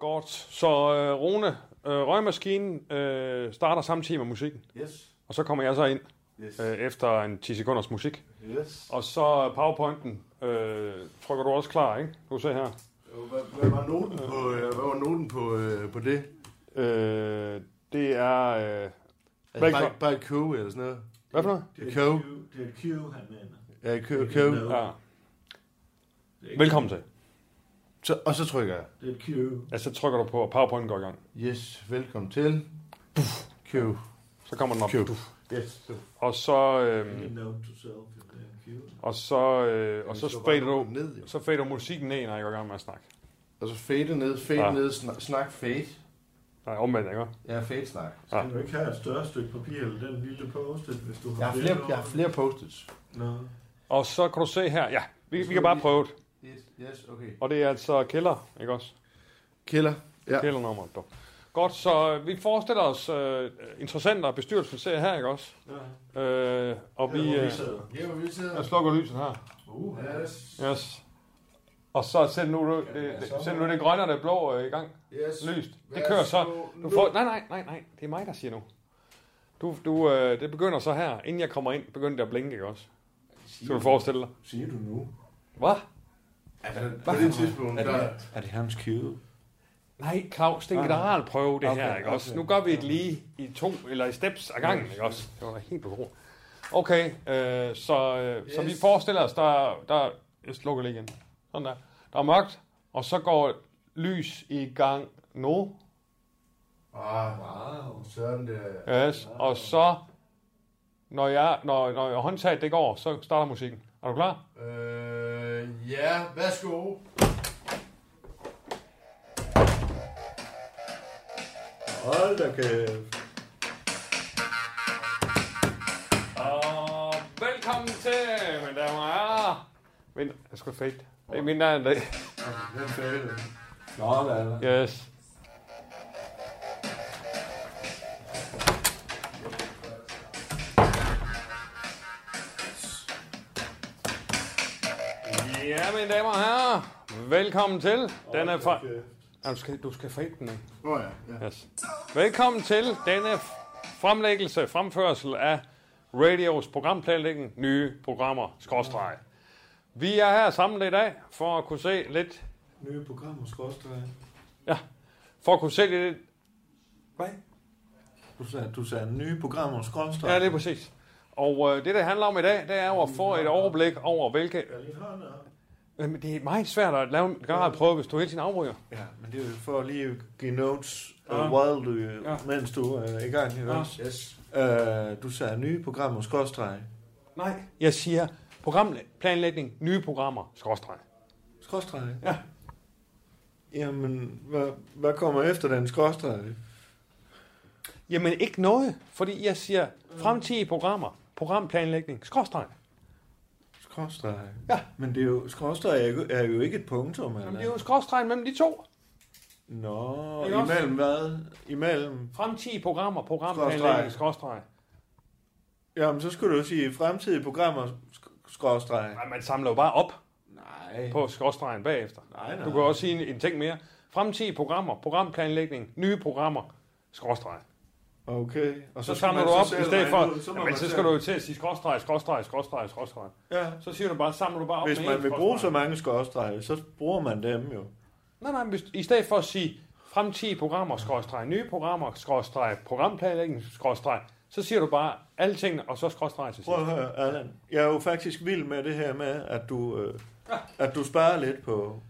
[SPEAKER 4] Godt. Så øh, Rune, øh, røgmaskinen øh, starter samtidig med musikken.
[SPEAKER 1] Yes.
[SPEAKER 4] Og så kommer jeg så ind
[SPEAKER 1] Yes.
[SPEAKER 4] øh, efter en 10 sekunders musik.
[SPEAKER 1] Yes.
[SPEAKER 4] Og så powerpointen øh, trykker du også klar, ikke? Du ser her.
[SPEAKER 3] Hvad, hvad var noten på, øh, hvad var noten på, øh, på det?
[SPEAKER 4] Øh, det er... Øh,
[SPEAKER 3] Altså, bare,
[SPEAKER 4] Velkommen.
[SPEAKER 3] bare et køb eller sådan noget.
[SPEAKER 4] hvad for noget?
[SPEAKER 3] Det er
[SPEAKER 1] Q,
[SPEAKER 3] køb.
[SPEAKER 1] det er Q, han mener.
[SPEAKER 3] Ja, et køb, køb.
[SPEAKER 4] Ja. Velkommen til.
[SPEAKER 3] Så, og så trykker jeg.
[SPEAKER 1] Det er et Q.
[SPEAKER 4] Ja, så trykker du på, og powerpointen går i gang.
[SPEAKER 3] Yes, velkommen til. Køb.
[SPEAKER 4] Så kommer den op.
[SPEAKER 3] Køb.
[SPEAKER 1] Yes.
[SPEAKER 4] Og så, øh,
[SPEAKER 1] Note to self, if det er Q.
[SPEAKER 4] og så, øh, og så fader du,
[SPEAKER 3] Ned, jo.
[SPEAKER 4] så fader du musikken ned, når jeg går i gang med at snakke.
[SPEAKER 3] og så fade ned, fade
[SPEAKER 4] Ja.
[SPEAKER 3] ja. ned, snak, snak fade.
[SPEAKER 4] Nej, omvendt, ikke?
[SPEAKER 3] Ja, fade snak.
[SPEAKER 1] Skal du ikke have et større stykke papir eller den lille post hvis du har
[SPEAKER 3] Jeg har flere, jeg har flere post-its.
[SPEAKER 1] Nå.
[SPEAKER 4] Og så kan du se her, ja, vi, vi kan bare prøve det.
[SPEAKER 3] Yes, yes, okay.
[SPEAKER 4] Og det er altså kælder, ikke også?
[SPEAKER 3] Killer. Ja.
[SPEAKER 4] Kældernummeret, dog. Godt, så vi forestiller os øh, interessenter, bestyrelsen ser her, ikke også?
[SPEAKER 1] Ja.
[SPEAKER 4] Øh, og vi...
[SPEAKER 1] Hvor
[SPEAKER 4] Øh,
[SPEAKER 1] vi sidder.
[SPEAKER 3] Her hvor vi sidder.
[SPEAKER 4] jeg slukker lyset her.
[SPEAKER 1] Uh,
[SPEAKER 3] Yes,
[SPEAKER 4] Yes. Og så sæt nu det, det, det, sæt nu det grønne og det blå øh, i gang.
[SPEAKER 3] yes.
[SPEAKER 4] Lyst. Det
[SPEAKER 3] Værsgo
[SPEAKER 4] kører så.
[SPEAKER 3] nu.
[SPEAKER 4] Du får, nej, nej, nej, nej. Det er mig, der siger nu. Du, du, øh, det begynder så her. Inden jeg kommer ind, begynder det at blinke, ikke også? Skal du forestille dig?
[SPEAKER 1] Siger du nu?
[SPEAKER 4] Hvad?
[SPEAKER 3] Altså, på det tidspunkt, der...
[SPEAKER 6] Er det hans cue?
[SPEAKER 4] Nej, Claus, det er en generalprøve, det
[SPEAKER 6] Okay,
[SPEAKER 4] her, ikke også?
[SPEAKER 6] okay.
[SPEAKER 4] Nu gør vi et lige i to, eller i steps ad gangen, ikke også? Det var da helt på Okay, øh, så, øh, så vi
[SPEAKER 3] Yes.
[SPEAKER 4] forestiller os, der, der jeg slukker lige igen. Sådan der. Der er mørkt, og så går lys i gang nu.
[SPEAKER 3] Ah, wow. Sådan der.
[SPEAKER 4] Yes. Og så, når, jeg, når, når håndtaget det går, så starter musikken. Er du klar?
[SPEAKER 3] Øh, ja, værsgo.
[SPEAKER 6] Hold da kæft.
[SPEAKER 4] Og velkommen til, mine damer og herrer. Men, jeg skulle fade. Det er min egen dag.
[SPEAKER 3] Den fade.
[SPEAKER 1] Nå, da, da.
[SPEAKER 4] Yes. Ja, mine damer og herrer. Velkommen til. Den er fra... Ja, du, skal, du skal fade den af.
[SPEAKER 3] Åh oh, ja, ja.
[SPEAKER 4] Yes. Velkommen til denne f- fremlæggelse, fremførsel af Radios programplanlægning, nye programmer, skorstreg. Vi er her sammen i dag for at kunne se lidt
[SPEAKER 1] Nye programmer, skorstræk.
[SPEAKER 4] Ja, for at kunne sælge det.
[SPEAKER 6] Hvad? Du sagde, du sagde nye programmer, skrådstræk.
[SPEAKER 4] Ja, det er præcis. Og øh, det, det handler om i dag, det er jo at få et overblik over, hvilke...
[SPEAKER 1] Er din hånd op?
[SPEAKER 4] Jamen, det er meget svært at lave en grad prøve, hvis du hele tiden afbryder.
[SPEAKER 6] Ja, men det er jo for lige at give notes uh,
[SPEAKER 4] Ja.
[SPEAKER 6] while du, øh,
[SPEAKER 4] Ja.
[SPEAKER 6] mens du er i gang. Ikke?
[SPEAKER 4] Ja.
[SPEAKER 6] også?
[SPEAKER 3] Yes.
[SPEAKER 6] Øh, du sagde nye programmer, skrådstræk.
[SPEAKER 4] Nej. Jeg siger programplanlægning, nye programmer, skråstreg.
[SPEAKER 6] Skrådstræk?
[SPEAKER 4] Ja.
[SPEAKER 6] Jamen, hvad, hvad kommer efter den skrådstræk?
[SPEAKER 4] Jamen, ikke noget, fordi jeg siger fremtidige programmer, programplanlægning, skråstreg.
[SPEAKER 6] Skrådstræk?
[SPEAKER 4] Ja.
[SPEAKER 6] Men det er jo, skrådstræk er jo, er jo ikke et punktum, eller?
[SPEAKER 4] Jamen, det er jo skråstregen mellem de to.
[SPEAKER 6] Nå,
[SPEAKER 4] Ikke også?
[SPEAKER 6] imellem hvad? Imellem?
[SPEAKER 4] Fremtidige programmer, programplanlægning, skråstreg.
[SPEAKER 6] Jamen, så skulle du jo sige fremtidige programmer, sk- skråstreg.
[SPEAKER 4] Nej, man samler jo bare op
[SPEAKER 6] Nej.
[SPEAKER 4] på skråstregen bagefter.
[SPEAKER 6] Nej, nej.
[SPEAKER 4] Du kan også sige en, en ting mere. Fremtidige programmer, programplanlægning, nye programmer, skråstreg.
[SPEAKER 6] Okay. Og
[SPEAKER 4] Så, så
[SPEAKER 6] skal
[SPEAKER 4] samler
[SPEAKER 6] man
[SPEAKER 4] du op
[SPEAKER 6] selv
[SPEAKER 4] i stedet
[SPEAKER 6] regne
[SPEAKER 4] for...
[SPEAKER 6] ud, så må
[SPEAKER 4] Jamen,
[SPEAKER 6] man
[SPEAKER 4] så
[SPEAKER 6] selv-
[SPEAKER 4] skal du jo til at sige skråstreg, skråstreg, skråstreg, skråstreg.
[SPEAKER 6] Ja,
[SPEAKER 4] Så siger du bare, samler du bare op
[SPEAKER 6] hvis
[SPEAKER 4] med
[SPEAKER 6] man
[SPEAKER 4] én
[SPEAKER 6] vil bruge så
[SPEAKER 4] skråstreg.
[SPEAKER 6] mange skråstrege, så bruger man dem jo.
[SPEAKER 4] Nej, nej, hvis, i stedet for at sige fremtidige programmer, skråstreg, nye programmer, skråstreg, programplanlægning, skråstreg, så siger du bare alle tingene, og så skråstreg til sidst.
[SPEAKER 6] Prøv at høre, Allan. Jeg er jo faktisk vild med det her med, at du, øh, at du sparer lidt på,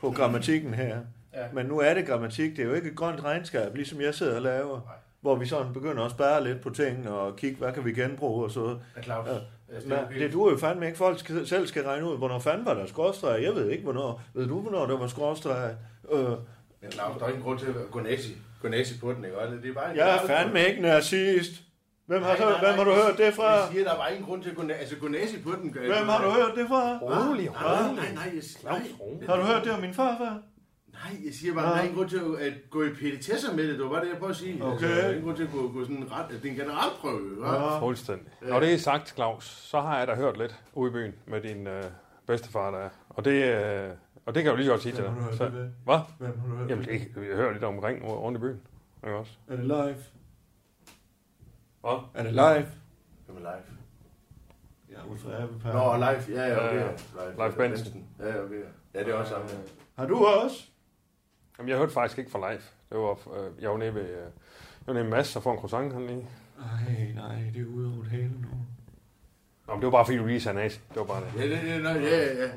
[SPEAKER 6] på grammatikken her.
[SPEAKER 3] Ja.
[SPEAKER 6] Men nu er det grammatik, det er jo ikke et grønt regnskab, ligesom jeg sidder og laver. Hvor vi sådan begynder at spare lidt på tingene og kigge, hvad kan vi genbruge og så.
[SPEAKER 3] Ja, Claus.
[SPEAKER 6] Ja.
[SPEAKER 3] Altså, det er
[SPEAKER 6] Men
[SPEAKER 3] okay.
[SPEAKER 6] det duer jo fandme ikke. Folk skal, selv skal regne ud, hvornår fanden var der skråstreg. Jeg ved ikke, hvornår. Ved du, hvornår der var skråstreg? Øh,
[SPEAKER 3] Men Claus, der er ingen grund til at gå nazi, gå nazi på den, ikke? også? Det er bare en
[SPEAKER 6] jeg er fandme ikke nazist. Hvem har, så, hvem har du hørt det fra?
[SPEAKER 3] Jeg siger, der var ingen grund til at gå nazi, altså, gå nazi på den.
[SPEAKER 6] Hvem har du hørt det fra?
[SPEAKER 4] Rolig,
[SPEAKER 3] Nej, nej,
[SPEAKER 4] rolig.
[SPEAKER 3] nej, jeg,
[SPEAKER 4] Claus,
[SPEAKER 3] nej,
[SPEAKER 4] rolig.
[SPEAKER 6] Har du hørt det om min farfar?
[SPEAKER 3] nej, jeg siger bare, der er ingen grund til at gå i petitesser med det. Det var bare det, jeg prøvede at sige.
[SPEAKER 6] Okay.
[SPEAKER 3] Altså, der er ingen grund til at gå, gå sådan ret. Det er en generalprøve, ikke? også?
[SPEAKER 6] Ja.
[SPEAKER 4] Fuldstændig. Når det er sagt, Claus, så har jeg da hørt lidt ude i byen med din øh, bedstefar, der er. Og det, øh, og det kan jeg jo lige så godt sige til
[SPEAKER 6] Hvem
[SPEAKER 4] dig.
[SPEAKER 6] har du hørt
[SPEAKER 4] Så-
[SPEAKER 6] det ved?
[SPEAKER 4] Hvad?
[SPEAKER 6] Hvem har du hørt
[SPEAKER 4] Jamen,
[SPEAKER 6] det?
[SPEAKER 4] det, jeg hører lidt omkring rundt i byen. Ikke også?
[SPEAKER 6] Er det live?
[SPEAKER 4] Hvad?
[SPEAKER 6] Er det live?
[SPEAKER 3] Jamen, live.
[SPEAKER 6] Ja, ud fra Apple Pie.
[SPEAKER 3] Nå, live, ja, ja, okay.
[SPEAKER 4] Ja, ja. Leif Benson.
[SPEAKER 3] Ja, ja, okay. Ja, det er også ham, ja.
[SPEAKER 6] Har du også?
[SPEAKER 4] Jamen, jeg hørte faktisk ikke fra live. Det var, øh, jeg var nede ved, øh, jeg var nede med Mads og få en croissant han lige.
[SPEAKER 6] Nej, nej, det er ude over det hele nu.
[SPEAKER 4] Nå, men det var bare fordi, du lige sagde nazi. Det var bare det.
[SPEAKER 3] Ja, det, det, nej, ja, ja, ja.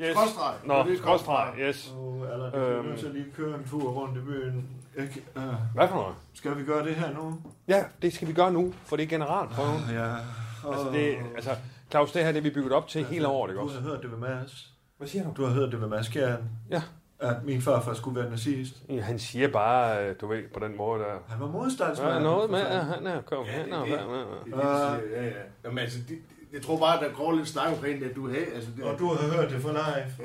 [SPEAKER 4] Yes.
[SPEAKER 3] Skråstreg. Det
[SPEAKER 4] Nå,
[SPEAKER 3] er
[SPEAKER 4] skråstreg, yes.
[SPEAKER 6] Åh, Allan, jeg bliver
[SPEAKER 4] Øhm.
[SPEAKER 6] nødt til at lige køre en tur rundt i byen. Jeg, kan- øh,
[SPEAKER 4] Hvad for noget?
[SPEAKER 6] skal vi gøre det her nu?
[SPEAKER 4] Ja, det skal vi gøre nu, for det er generalprøven.
[SPEAKER 6] Ja.
[SPEAKER 4] Altså, det, altså, Claus, det her det er vi bygget op til hele året, ikke
[SPEAKER 6] Altså, Du har
[SPEAKER 4] også?
[SPEAKER 6] hørt det med Mads.
[SPEAKER 4] Hvad siger du?
[SPEAKER 6] Du har hørt det med Mads Kjern.
[SPEAKER 4] Ja.
[SPEAKER 6] At min farfar skulle være nazist.
[SPEAKER 4] Han siger bare, øh, du ved, på den måde, der...
[SPEAKER 6] Han var
[SPEAKER 4] Der er
[SPEAKER 6] modstandsmand.
[SPEAKER 4] noget med,
[SPEAKER 6] for
[SPEAKER 4] at
[SPEAKER 6] fanden.
[SPEAKER 4] han er kommet
[SPEAKER 3] Ja, det
[SPEAKER 4] hen
[SPEAKER 3] er
[SPEAKER 4] og...
[SPEAKER 3] det. Det er det, jeg siger, ja, ja. Jamen, altså, det, jeg tror bare, der går lidt snak omkring, at du havde, altså, det,
[SPEAKER 6] Og du har hørt det fra live.
[SPEAKER 3] du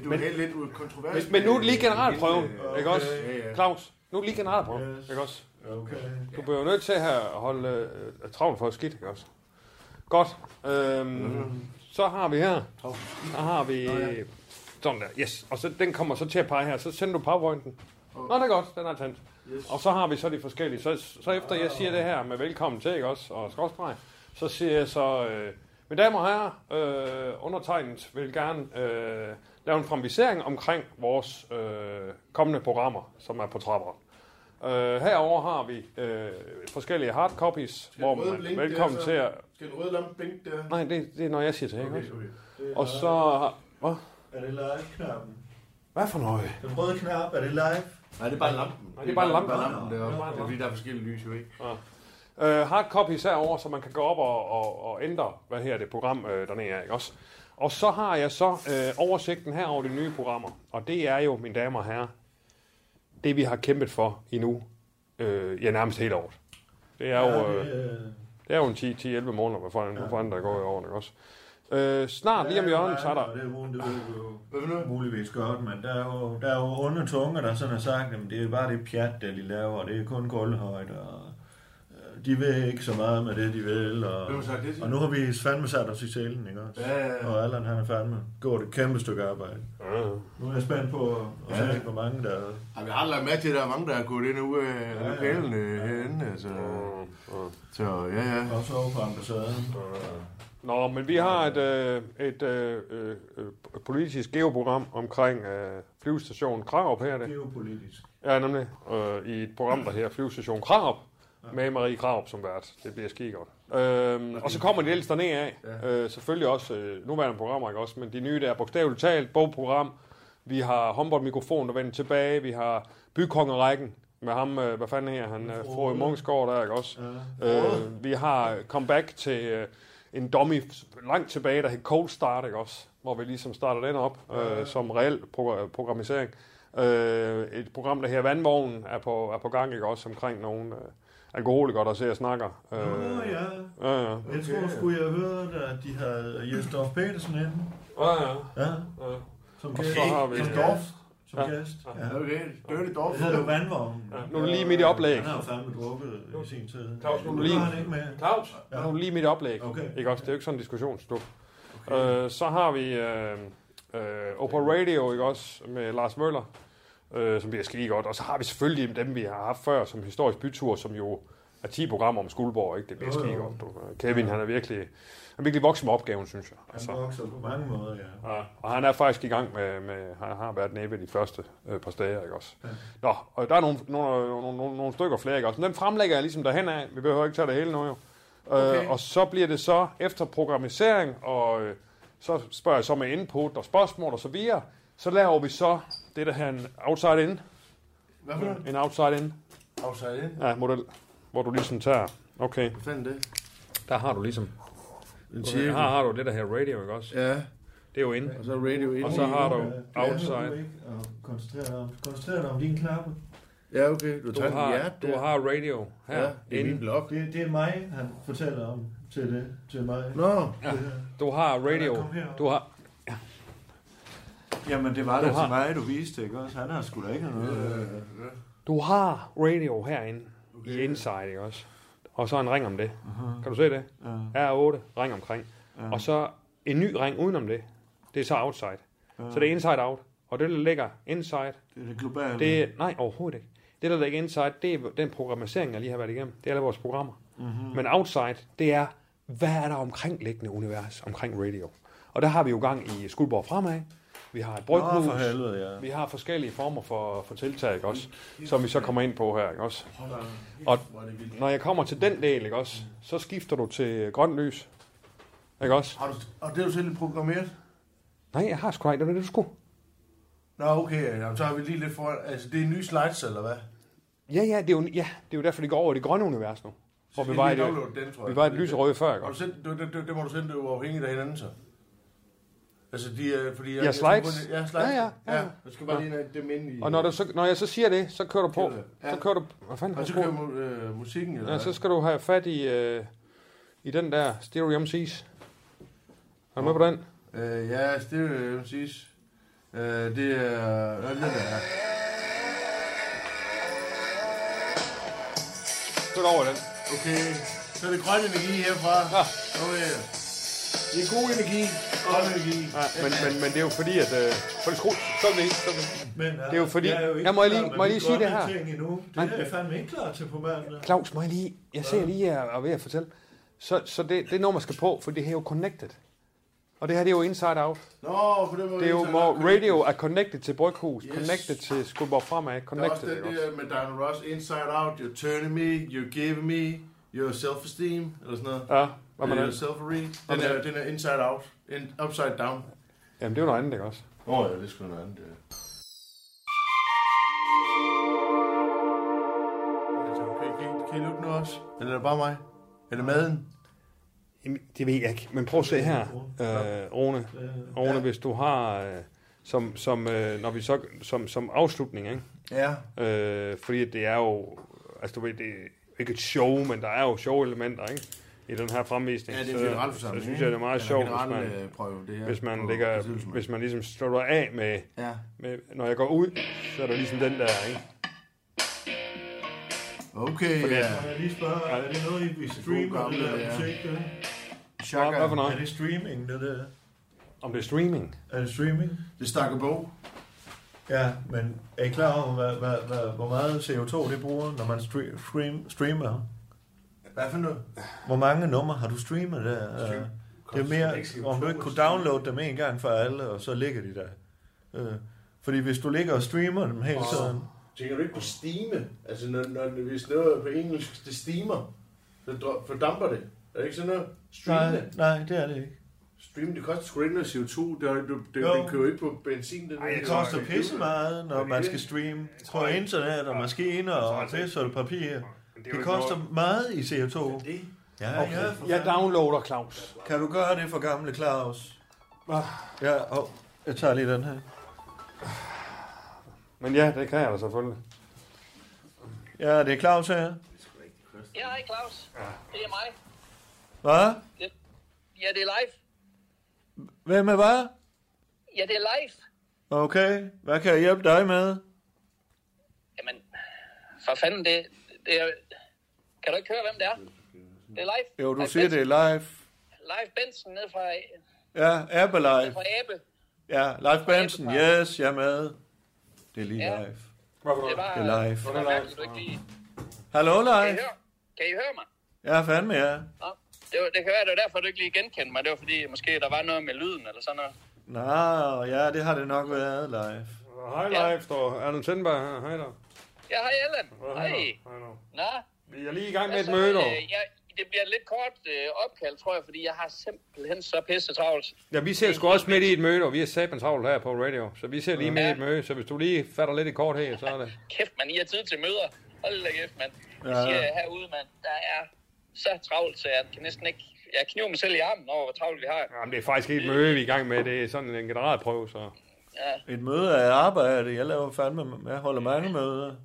[SPEAKER 4] Men-
[SPEAKER 3] men, havde lidt kontrovers.
[SPEAKER 4] Men, men nu er det lige generalprøven,
[SPEAKER 3] Ja,
[SPEAKER 4] ikke også?
[SPEAKER 3] ja, ja.
[SPEAKER 4] Claus, nu er det lige generalprøven,
[SPEAKER 6] Yes.
[SPEAKER 4] ikke også?
[SPEAKER 6] Okay.
[SPEAKER 4] Du bliver jo nødt til at have- holde øh, travlt for skidt, ikke også? Godt. Øhm, så har vi her. Så har vi... Sådan der, yes. Og så, den kommer så til at pege her. Så sender du powerpointen. Nå, det er godt. Den er tændt.
[SPEAKER 6] Yes.
[SPEAKER 4] Og så har vi så de forskellige. Så, så efter jeg siger det her med velkommen til, ikke også? Og skorstræk. Så siger jeg så... Øh, mine damer og herrer, øh, undertegnet vil gerne øh, lave en fremvisering omkring vores øh, kommende programmer, som er på trapperne. Øh, herover har vi øh, forskellige hardcopies, hvor
[SPEAKER 3] den røde
[SPEAKER 4] man er
[SPEAKER 3] blinke
[SPEAKER 4] velkommen
[SPEAKER 3] der, så?
[SPEAKER 4] til at...
[SPEAKER 3] Skal den røde lampe blinke der?
[SPEAKER 4] Nej, det, det er når jeg siger til, ikke
[SPEAKER 3] Okay,
[SPEAKER 4] også?
[SPEAKER 3] okay.
[SPEAKER 4] Og så... har- Hvad?
[SPEAKER 6] Er det live-knappen?
[SPEAKER 4] Hvad for noget?
[SPEAKER 6] Den røde knap, er det live?
[SPEAKER 3] Nej, det er bare lampen.
[SPEAKER 4] Nej, det er bare lampen.
[SPEAKER 3] lampen deroppe.
[SPEAKER 4] Det er bare
[SPEAKER 3] Det er fordi, der er forskellige lys, jo ikke?
[SPEAKER 4] Øh, hardcopies herovre, så man kan gå op og, og, og ændre, hvad her det program øh, dernede er, ikke også? Og så har jeg så øh, oversigten her over de nye programmer, og det er jo, mine damer og herrer, det vi har kæmpet for endnu, øh, ja nærmest hele året. Det er jo, øh,
[SPEAKER 6] øh,
[SPEAKER 4] det er jo en 10-11 måneder, hvad fanden, hvor fanden der går i året, ikke også? Øh, snart lige om hjørnet, så er der...
[SPEAKER 6] Det er jo det ved du
[SPEAKER 3] Hvad for
[SPEAKER 6] jo
[SPEAKER 3] noget?
[SPEAKER 6] muligvis godt, men der er jo, der er jo onde tunger, der sådan har sagt, at det er jo bare det pjat, der de laver, og det er kun gulvhøjde, og øh, de ved ikke så meget med det, de vil, og,
[SPEAKER 3] Hvem har sagt det til?
[SPEAKER 6] og nu har vi fandme sat os i selen, ikke også?
[SPEAKER 3] Ja, ja, ja.
[SPEAKER 6] Og Allan, han er fandme gjort et kæmpe stykke arbejde.
[SPEAKER 4] Øh,
[SPEAKER 6] Nu er jeg spændt på at, at
[SPEAKER 3] Ja.
[SPEAKER 6] se, hvor mange der er.
[SPEAKER 3] Jamen, jeg har lagt mærke til, at der er mange, der er gået ind og ud af
[SPEAKER 6] ja.
[SPEAKER 3] lokalene herinde, altså.
[SPEAKER 4] øh, øh.
[SPEAKER 3] Så ja, ja.
[SPEAKER 6] Og så over på ambassaden.
[SPEAKER 4] Nå, men vi har et, øh, et øh, øh, øh, politisk geoprogram omkring øh, flyvestationen Krarup her. er Det.
[SPEAKER 6] Det er jo politisk.
[SPEAKER 4] Ja, nemlig. Øh, I et program, der hedder Flyvestation Krarup, med Marie Krarup som vært. Det bliver skigodt. Øhm, og så kommer de ellers derned af. Øh, selvfølgelig også øh, nuværende programmer, ikke også? Men de nye der, bogstaveligt talt, bogprogram. Vi har håndboldmikrofon, der vender tilbage. Vi har bykongerækken med ham, øh, hvad fanden her, han øh, Frode Mungsgaard der, ikke også? Øh, vi har comeback til øh, en dummy langt tilbage, der hed Cold Start, ikke også? Hvor vi ligesom starter den op øh, som reel pro- programmering. Øh, et program, der her Vandvognen, er på, er på gang, ikke også? Omkring nogle øh, alkoholikere, der ser og snakker. Øh,
[SPEAKER 6] Nå ja,
[SPEAKER 4] Ja, ja.
[SPEAKER 6] jeg tror sgu, jeg hørte, at de
[SPEAKER 1] Øh,
[SPEAKER 6] havde Jesdorf Petersen inde.
[SPEAKER 4] Ja, ja.
[SPEAKER 6] Ja,
[SPEAKER 4] ja.
[SPEAKER 6] som
[SPEAKER 4] Og så har vi-
[SPEAKER 6] Jesdorf, som ja. gæst. Ja.
[SPEAKER 3] Okay, Dirty Dog.
[SPEAKER 6] Det hedder jo vandvognen.
[SPEAKER 4] Nu er du lige midt i oplæg.
[SPEAKER 6] Han har jo fandme drukket i sin tid.
[SPEAKER 4] Claus, nu er du
[SPEAKER 6] Nu
[SPEAKER 4] lige-
[SPEAKER 6] er han ikke med.
[SPEAKER 4] Claus,
[SPEAKER 6] Ja.
[SPEAKER 4] nu er du lige midt i oplæg.
[SPEAKER 6] Okay.
[SPEAKER 4] Ikke også? Det er jo ikke sådan en diskussionsklub. Okay. Øh, så har vi øh, øh, Open Radio, ikke også, med Lars Møller, øh, som bliver skide godt. Og så har vi selvfølgelig dem, vi har haft før, som historisk bytur, som jo er 10 programmer om Skuldborg, ikke? Det bliver
[SPEAKER 6] Jo, jo.
[SPEAKER 4] skide godt. du. Kevin, han er virkelig, han er virkelig voksen med opgaven, synes jeg. Altså,
[SPEAKER 6] Han vokser på mange måder, ja.
[SPEAKER 4] Ja, og han er faktisk i gang med, med han har været nede ved de første øh, par steder, ikke også? Ja. Nå, og der er nogle, nogle, nogle, nogle, nogle stykker flere, ikke også? Men dem fremlægger jeg ligesom derhen af. Vi behøver ikke tage det hele nu, jo. Okay.
[SPEAKER 3] Okay.
[SPEAKER 4] Øh, og så bliver det så efter programmering, og øh, så spørger jeg så med input og spørgsmål og så videre. Så laver vi så det, der her en outside in.
[SPEAKER 3] Hvad for noget?
[SPEAKER 4] En outside in
[SPEAKER 3] Outside In.
[SPEAKER 4] ja, model, hvor du ligesom tager... Okay,
[SPEAKER 3] Hvad fanden er det?
[SPEAKER 4] der har du ligesom...
[SPEAKER 3] En
[SPEAKER 4] Her har du det, der her radio, ikke også?
[SPEAKER 3] Ja,
[SPEAKER 4] Det er jo inde.
[SPEAKER 3] og så Radio In.
[SPEAKER 4] Og så har du
[SPEAKER 6] Du
[SPEAKER 4] outside.
[SPEAKER 6] Øh, er ikke og koncentrerer dig om, koncentrerer dig om din klappe.
[SPEAKER 3] Ja, okay. Du,
[SPEAKER 4] Du
[SPEAKER 3] tager
[SPEAKER 4] har,
[SPEAKER 3] en hjert
[SPEAKER 4] du har radio her.
[SPEAKER 3] Ja, det er min
[SPEAKER 4] inde.
[SPEAKER 3] blog.
[SPEAKER 6] Det, det er mig, han fortæller om til det. Til mig.
[SPEAKER 3] Nå,
[SPEAKER 6] Ja.
[SPEAKER 4] Du har radio.
[SPEAKER 6] Kom herop.
[SPEAKER 4] Du har,
[SPEAKER 6] Jamen, det var
[SPEAKER 4] Du
[SPEAKER 6] da
[SPEAKER 4] har-
[SPEAKER 6] til mig, du viste, ikke også? Han har sgu da ikke noget. Øh,
[SPEAKER 4] du har radio herinde okay. i Inside, ikke også? Og så en ring om det. Uh-huh. Kan du se det? Uh-huh. R8, ring omkring. Uh-huh. Og så en ny ring udenom det. Det er så outside. Uh-huh. Så det er inside out. Og det, der ligger inside,
[SPEAKER 6] det er det globale.
[SPEAKER 4] det er... Nej, overhovedet ikke. Det, der ligger inside, det er den programmering, jeg lige har været igennem. Det er alle vores programmer. Uh-huh. Men outside, det er, hvad er der omkringliggende univers omkring radio? Og der har vi jo gang i Skuldborg Fremad. Vi har et
[SPEAKER 6] Nå,
[SPEAKER 4] bryghus.
[SPEAKER 6] for helvede, ja.
[SPEAKER 4] Vi har forskellige former for, for tiltag, ikke også? Som vi så kommer ind på her, ikke også? Og
[SPEAKER 3] hvor er det vildt.
[SPEAKER 4] når jeg kommer til den del, ikke også? Så skifter du til grønt lys. Ikke også?
[SPEAKER 3] Har du, og det er jo selv programmeret?
[SPEAKER 4] Nej, jeg har sgu ej, det var det, du skulle.
[SPEAKER 3] Nå, okay. Jamen, så har vi lige lidt foran. Altså, det er nye slides, eller hvad?
[SPEAKER 4] Ja, ja, det er jo, ja, det er jo derfor, det går over i det grønne univers nu. Hvor vi var i det,
[SPEAKER 3] det, den, tror
[SPEAKER 4] vi
[SPEAKER 3] jeg.
[SPEAKER 4] var i det lyserøde før, ikke
[SPEAKER 3] Har du
[SPEAKER 4] også?
[SPEAKER 3] sendt, det, det, det, det må du sende det er uafhængigt af hinanden, så. Altså, de er... Fordi jeg,
[SPEAKER 4] Ja,
[SPEAKER 3] jeg
[SPEAKER 4] slides.
[SPEAKER 3] tror kun, det- Ja, slides.
[SPEAKER 4] Ja, ja, ja.
[SPEAKER 3] ja. Du skal bare lige have dem ind i...
[SPEAKER 4] Og når, du så, når jeg så siger det, så kører du på.
[SPEAKER 3] Ja.
[SPEAKER 4] Så kører du... Hvad fanden har
[SPEAKER 3] Og så
[SPEAKER 4] du
[SPEAKER 3] kører
[SPEAKER 4] på?
[SPEAKER 3] mu- øh, musikken, eller
[SPEAKER 4] Ja, så skal du have fat i, øh, i den der Stereo MC's. Er du med på den?
[SPEAKER 3] Øh, ja, altså, det er jo øh, præcis. Øh, det er... Hvad er det, der er?
[SPEAKER 4] Kører du over i den?
[SPEAKER 3] Okay, så er det grøn energi herfra.
[SPEAKER 4] Ja.
[SPEAKER 3] Okay. Det er god energi. Grøn energi.
[SPEAKER 4] Ja, men, men, men det er jo fordi, at... Øh, for det skru, så er det ikke. Så er det.
[SPEAKER 6] Men, det
[SPEAKER 4] er jo fordi- Ja, må jeg lige- må jeg lige sige det her?
[SPEAKER 6] Ting endnu. Det
[SPEAKER 4] Nej.
[SPEAKER 6] er jeg fandme ikke klar til på mandag.
[SPEAKER 4] Claus, må jeg lige... Jeg ser lige, jeg er ved at fortælle. Så, så det, det nummer skal på, for det her er jo connected. Og det her, det er jo inside out.
[SPEAKER 3] Nå, på den måde...
[SPEAKER 4] Det er jo,
[SPEAKER 3] så
[SPEAKER 4] hvor
[SPEAKER 3] der-
[SPEAKER 4] radio er connected til Bryghus, yes.
[SPEAKER 3] Yes.
[SPEAKER 4] connected til Skuldborg Fremad,
[SPEAKER 3] Der er også
[SPEAKER 4] connected.
[SPEAKER 3] den
[SPEAKER 4] ikke også?
[SPEAKER 3] der med Diana Ross, Inside Out, You're turning me, you're giving me, your self-esteem, eller sådan noget.
[SPEAKER 4] Ja, hvad
[SPEAKER 3] Hvad
[SPEAKER 4] med
[SPEAKER 3] med
[SPEAKER 4] det?
[SPEAKER 3] Self-re.
[SPEAKER 4] Hvad
[SPEAKER 3] Den
[SPEAKER 4] med
[SPEAKER 3] er, den er inside out. In, upside down.
[SPEAKER 4] Jamen, det er jo noget andet, ikke også?
[SPEAKER 3] Åh oh, ja, det er sgu noget andet. ja. Altså, Kan, kan, I- kan I lukke nu også? Eller er det bare mig? Er det maden?
[SPEAKER 4] Jamen, det ved jeg ikke, men prøv at se her, øh, Rune. Rune, hvis du har... Øh, som, som, øh, når vi så, som, som afslutning, ikke?
[SPEAKER 3] Ja.
[SPEAKER 4] Øh, fordi at det er jo, altså du ved, det er ikke et show, men der er jo show-elementer, ikke? I den her fremvisning.
[SPEAKER 3] Ja, det er
[SPEAKER 4] Så-
[SPEAKER 3] en generel forsamling.
[SPEAKER 4] Så synes jeg, det er meget sjovt, hvis man,
[SPEAKER 3] man, øh, prøve det her
[SPEAKER 4] hvis man,
[SPEAKER 3] på
[SPEAKER 4] ligger,
[SPEAKER 3] bestyrelsen.
[SPEAKER 4] hvis man ligesom slutter af med,
[SPEAKER 3] Ja,
[SPEAKER 4] med, når jeg går ud, så er der ligesom den der, ikke?
[SPEAKER 3] okay.
[SPEAKER 4] Fordi-
[SPEAKER 3] Ja.
[SPEAKER 6] Må jeg lige spørge, er det noget, I vi streamer,
[SPEAKER 3] gamle,
[SPEAKER 6] det der
[SPEAKER 3] ja.
[SPEAKER 6] musik? der?
[SPEAKER 3] Shaka.
[SPEAKER 4] Hvad for noget?
[SPEAKER 6] Er det streaming, det der?
[SPEAKER 4] Om det er streaming.
[SPEAKER 6] Er det streaming?
[SPEAKER 3] Det stakker bog.
[SPEAKER 6] Ja, men er I klar over, hvad, hvad, hvad, hvor meget CO2 det bruger, når man stre- stream, streamer?
[SPEAKER 3] Hvad for noget?
[SPEAKER 6] Hvor mange numre har du streamet der?
[SPEAKER 3] Stream.
[SPEAKER 6] Øh, Det er mere, om du ikke kunne downloade dem en gang for alle, og så ligger de der. Øh, Fordi hvis du ligger og streamer dem hele
[SPEAKER 3] Åh.
[SPEAKER 6] tiden,
[SPEAKER 3] Tænker du ikke på stime? Altså, når, når, hvis noget er på engelsk, det stimer, så dro- fordamper det. Er det ikke sådan noget? Stream
[SPEAKER 6] nej,
[SPEAKER 3] det.
[SPEAKER 6] nej, det er det ikke.
[SPEAKER 3] Stream, det koster sgu ikke noget CO2. Det, er- du, det,
[SPEAKER 6] Jo.
[SPEAKER 3] den kører jo ikke på benzin. Den
[SPEAKER 4] Ej,
[SPEAKER 6] Det koster pisse meget, når
[SPEAKER 4] Fordi
[SPEAKER 6] man
[SPEAKER 4] det-
[SPEAKER 6] skal streame
[SPEAKER 4] jeg tror
[SPEAKER 6] på
[SPEAKER 4] ikke-
[SPEAKER 6] internet og
[SPEAKER 4] Ja.
[SPEAKER 6] maskiner
[SPEAKER 4] Jeg tror
[SPEAKER 6] og
[SPEAKER 4] altså
[SPEAKER 6] pisse og papir. Det koster
[SPEAKER 4] Noget.
[SPEAKER 6] meget i CO2.
[SPEAKER 3] Det.
[SPEAKER 6] Ja, ja, for
[SPEAKER 4] Jeg
[SPEAKER 6] fanden.
[SPEAKER 4] downloader, Claus.
[SPEAKER 6] Kan du gøre det for gamle Claus?
[SPEAKER 4] Hva?
[SPEAKER 6] Ja, oh, jeg tager lige den her.
[SPEAKER 4] Men ja, det kan jeg da selvfølgelig.
[SPEAKER 6] Ja, det er Claus her.
[SPEAKER 7] Ja, hej Claus. Det er mig.
[SPEAKER 6] Hvad?
[SPEAKER 7] Ja, det er live.
[SPEAKER 6] Hvem er hvad?
[SPEAKER 7] Ja, det er live.
[SPEAKER 6] Okay, hvad kan jeg hjælpe dig med?
[SPEAKER 7] Jamen, for fanden, det, det er... Kan du ikke høre, hvem det er? Det er Leif.
[SPEAKER 6] Jo, du
[SPEAKER 7] Leif
[SPEAKER 6] siger, det er live.
[SPEAKER 7] Leif Benson ned fra,
[SPEAKER 6] Ja, Abbe Live.
[SPEAKER 7] fra Abe.
[SPEAKER 6] Ja, Leif Benson, yes, jeg er med. Det er lige
[SPEAKER 7] Ja.
[SPEAKER 6] live.
[SPEAKER 4] Hvorfor
[SPEAKER 7] Det var...
[SPEAKER 6] Det er live.
[SPEAKER 7] Det var mærkeligt, du ikke lige...
[SPEAKER 6] Hallo,
[SPEAKER 7] Kan I
[SPEAKER 6] live.
[SPEAKER 7] høre? Kan I høre mig?
[SPEAKER 6] Ja, fandme, ja.
[SPEAKER 7] Nå, det, var, det kan være, det var derfor, du ikke lige genkendte mig. Det var fordi, måske der var noget med lyden eller sådan noget.
[SPEAKER 6] Nå, ja, det har det nok været live.
[SPEAKER 4] Hej live, står Allan Sindberg her. Hej der.
[SPEAKER 7] Ja, hej Ellen. Hej.
[SPEAKER 4] Hej der.
[SPEAKER 7] Nå,
[SPEAKER 4] Vi er lige i gang med et
[SPEAKER 7] altså,
[SPEAKER 4] møde, dog.
[SPEAKER 7] øh, jeg, det bliver et lidt kort øh, opkald, tror jeg, fordi jeg har simpelthen så pisse travlt.
[SPEAKER 4] Ja, vi ser sgu også midt i et møde, og vi er sabens travlt her på radio. Så vi ser lige midt i et møde, så hvis du lige fatter lidt i kort her, så er det...
[SPEAKER 7] Kæft, man, I har tid til møder. Hold da kæft, mand. Jeg siger herude, mand, der er så travlt, så jeg kan næsten ikke... Jeg kniver mig selv i armen over, hvor travlt vi har.
[SPEAKER 4] Jamen, det er faktisk ikke et møde, vi er i gang med. Det er sådan en generalprøve, så...
[SPEAKER 6] Et møde af arbejde. Jeg laver fandme, jeg holder mange møder.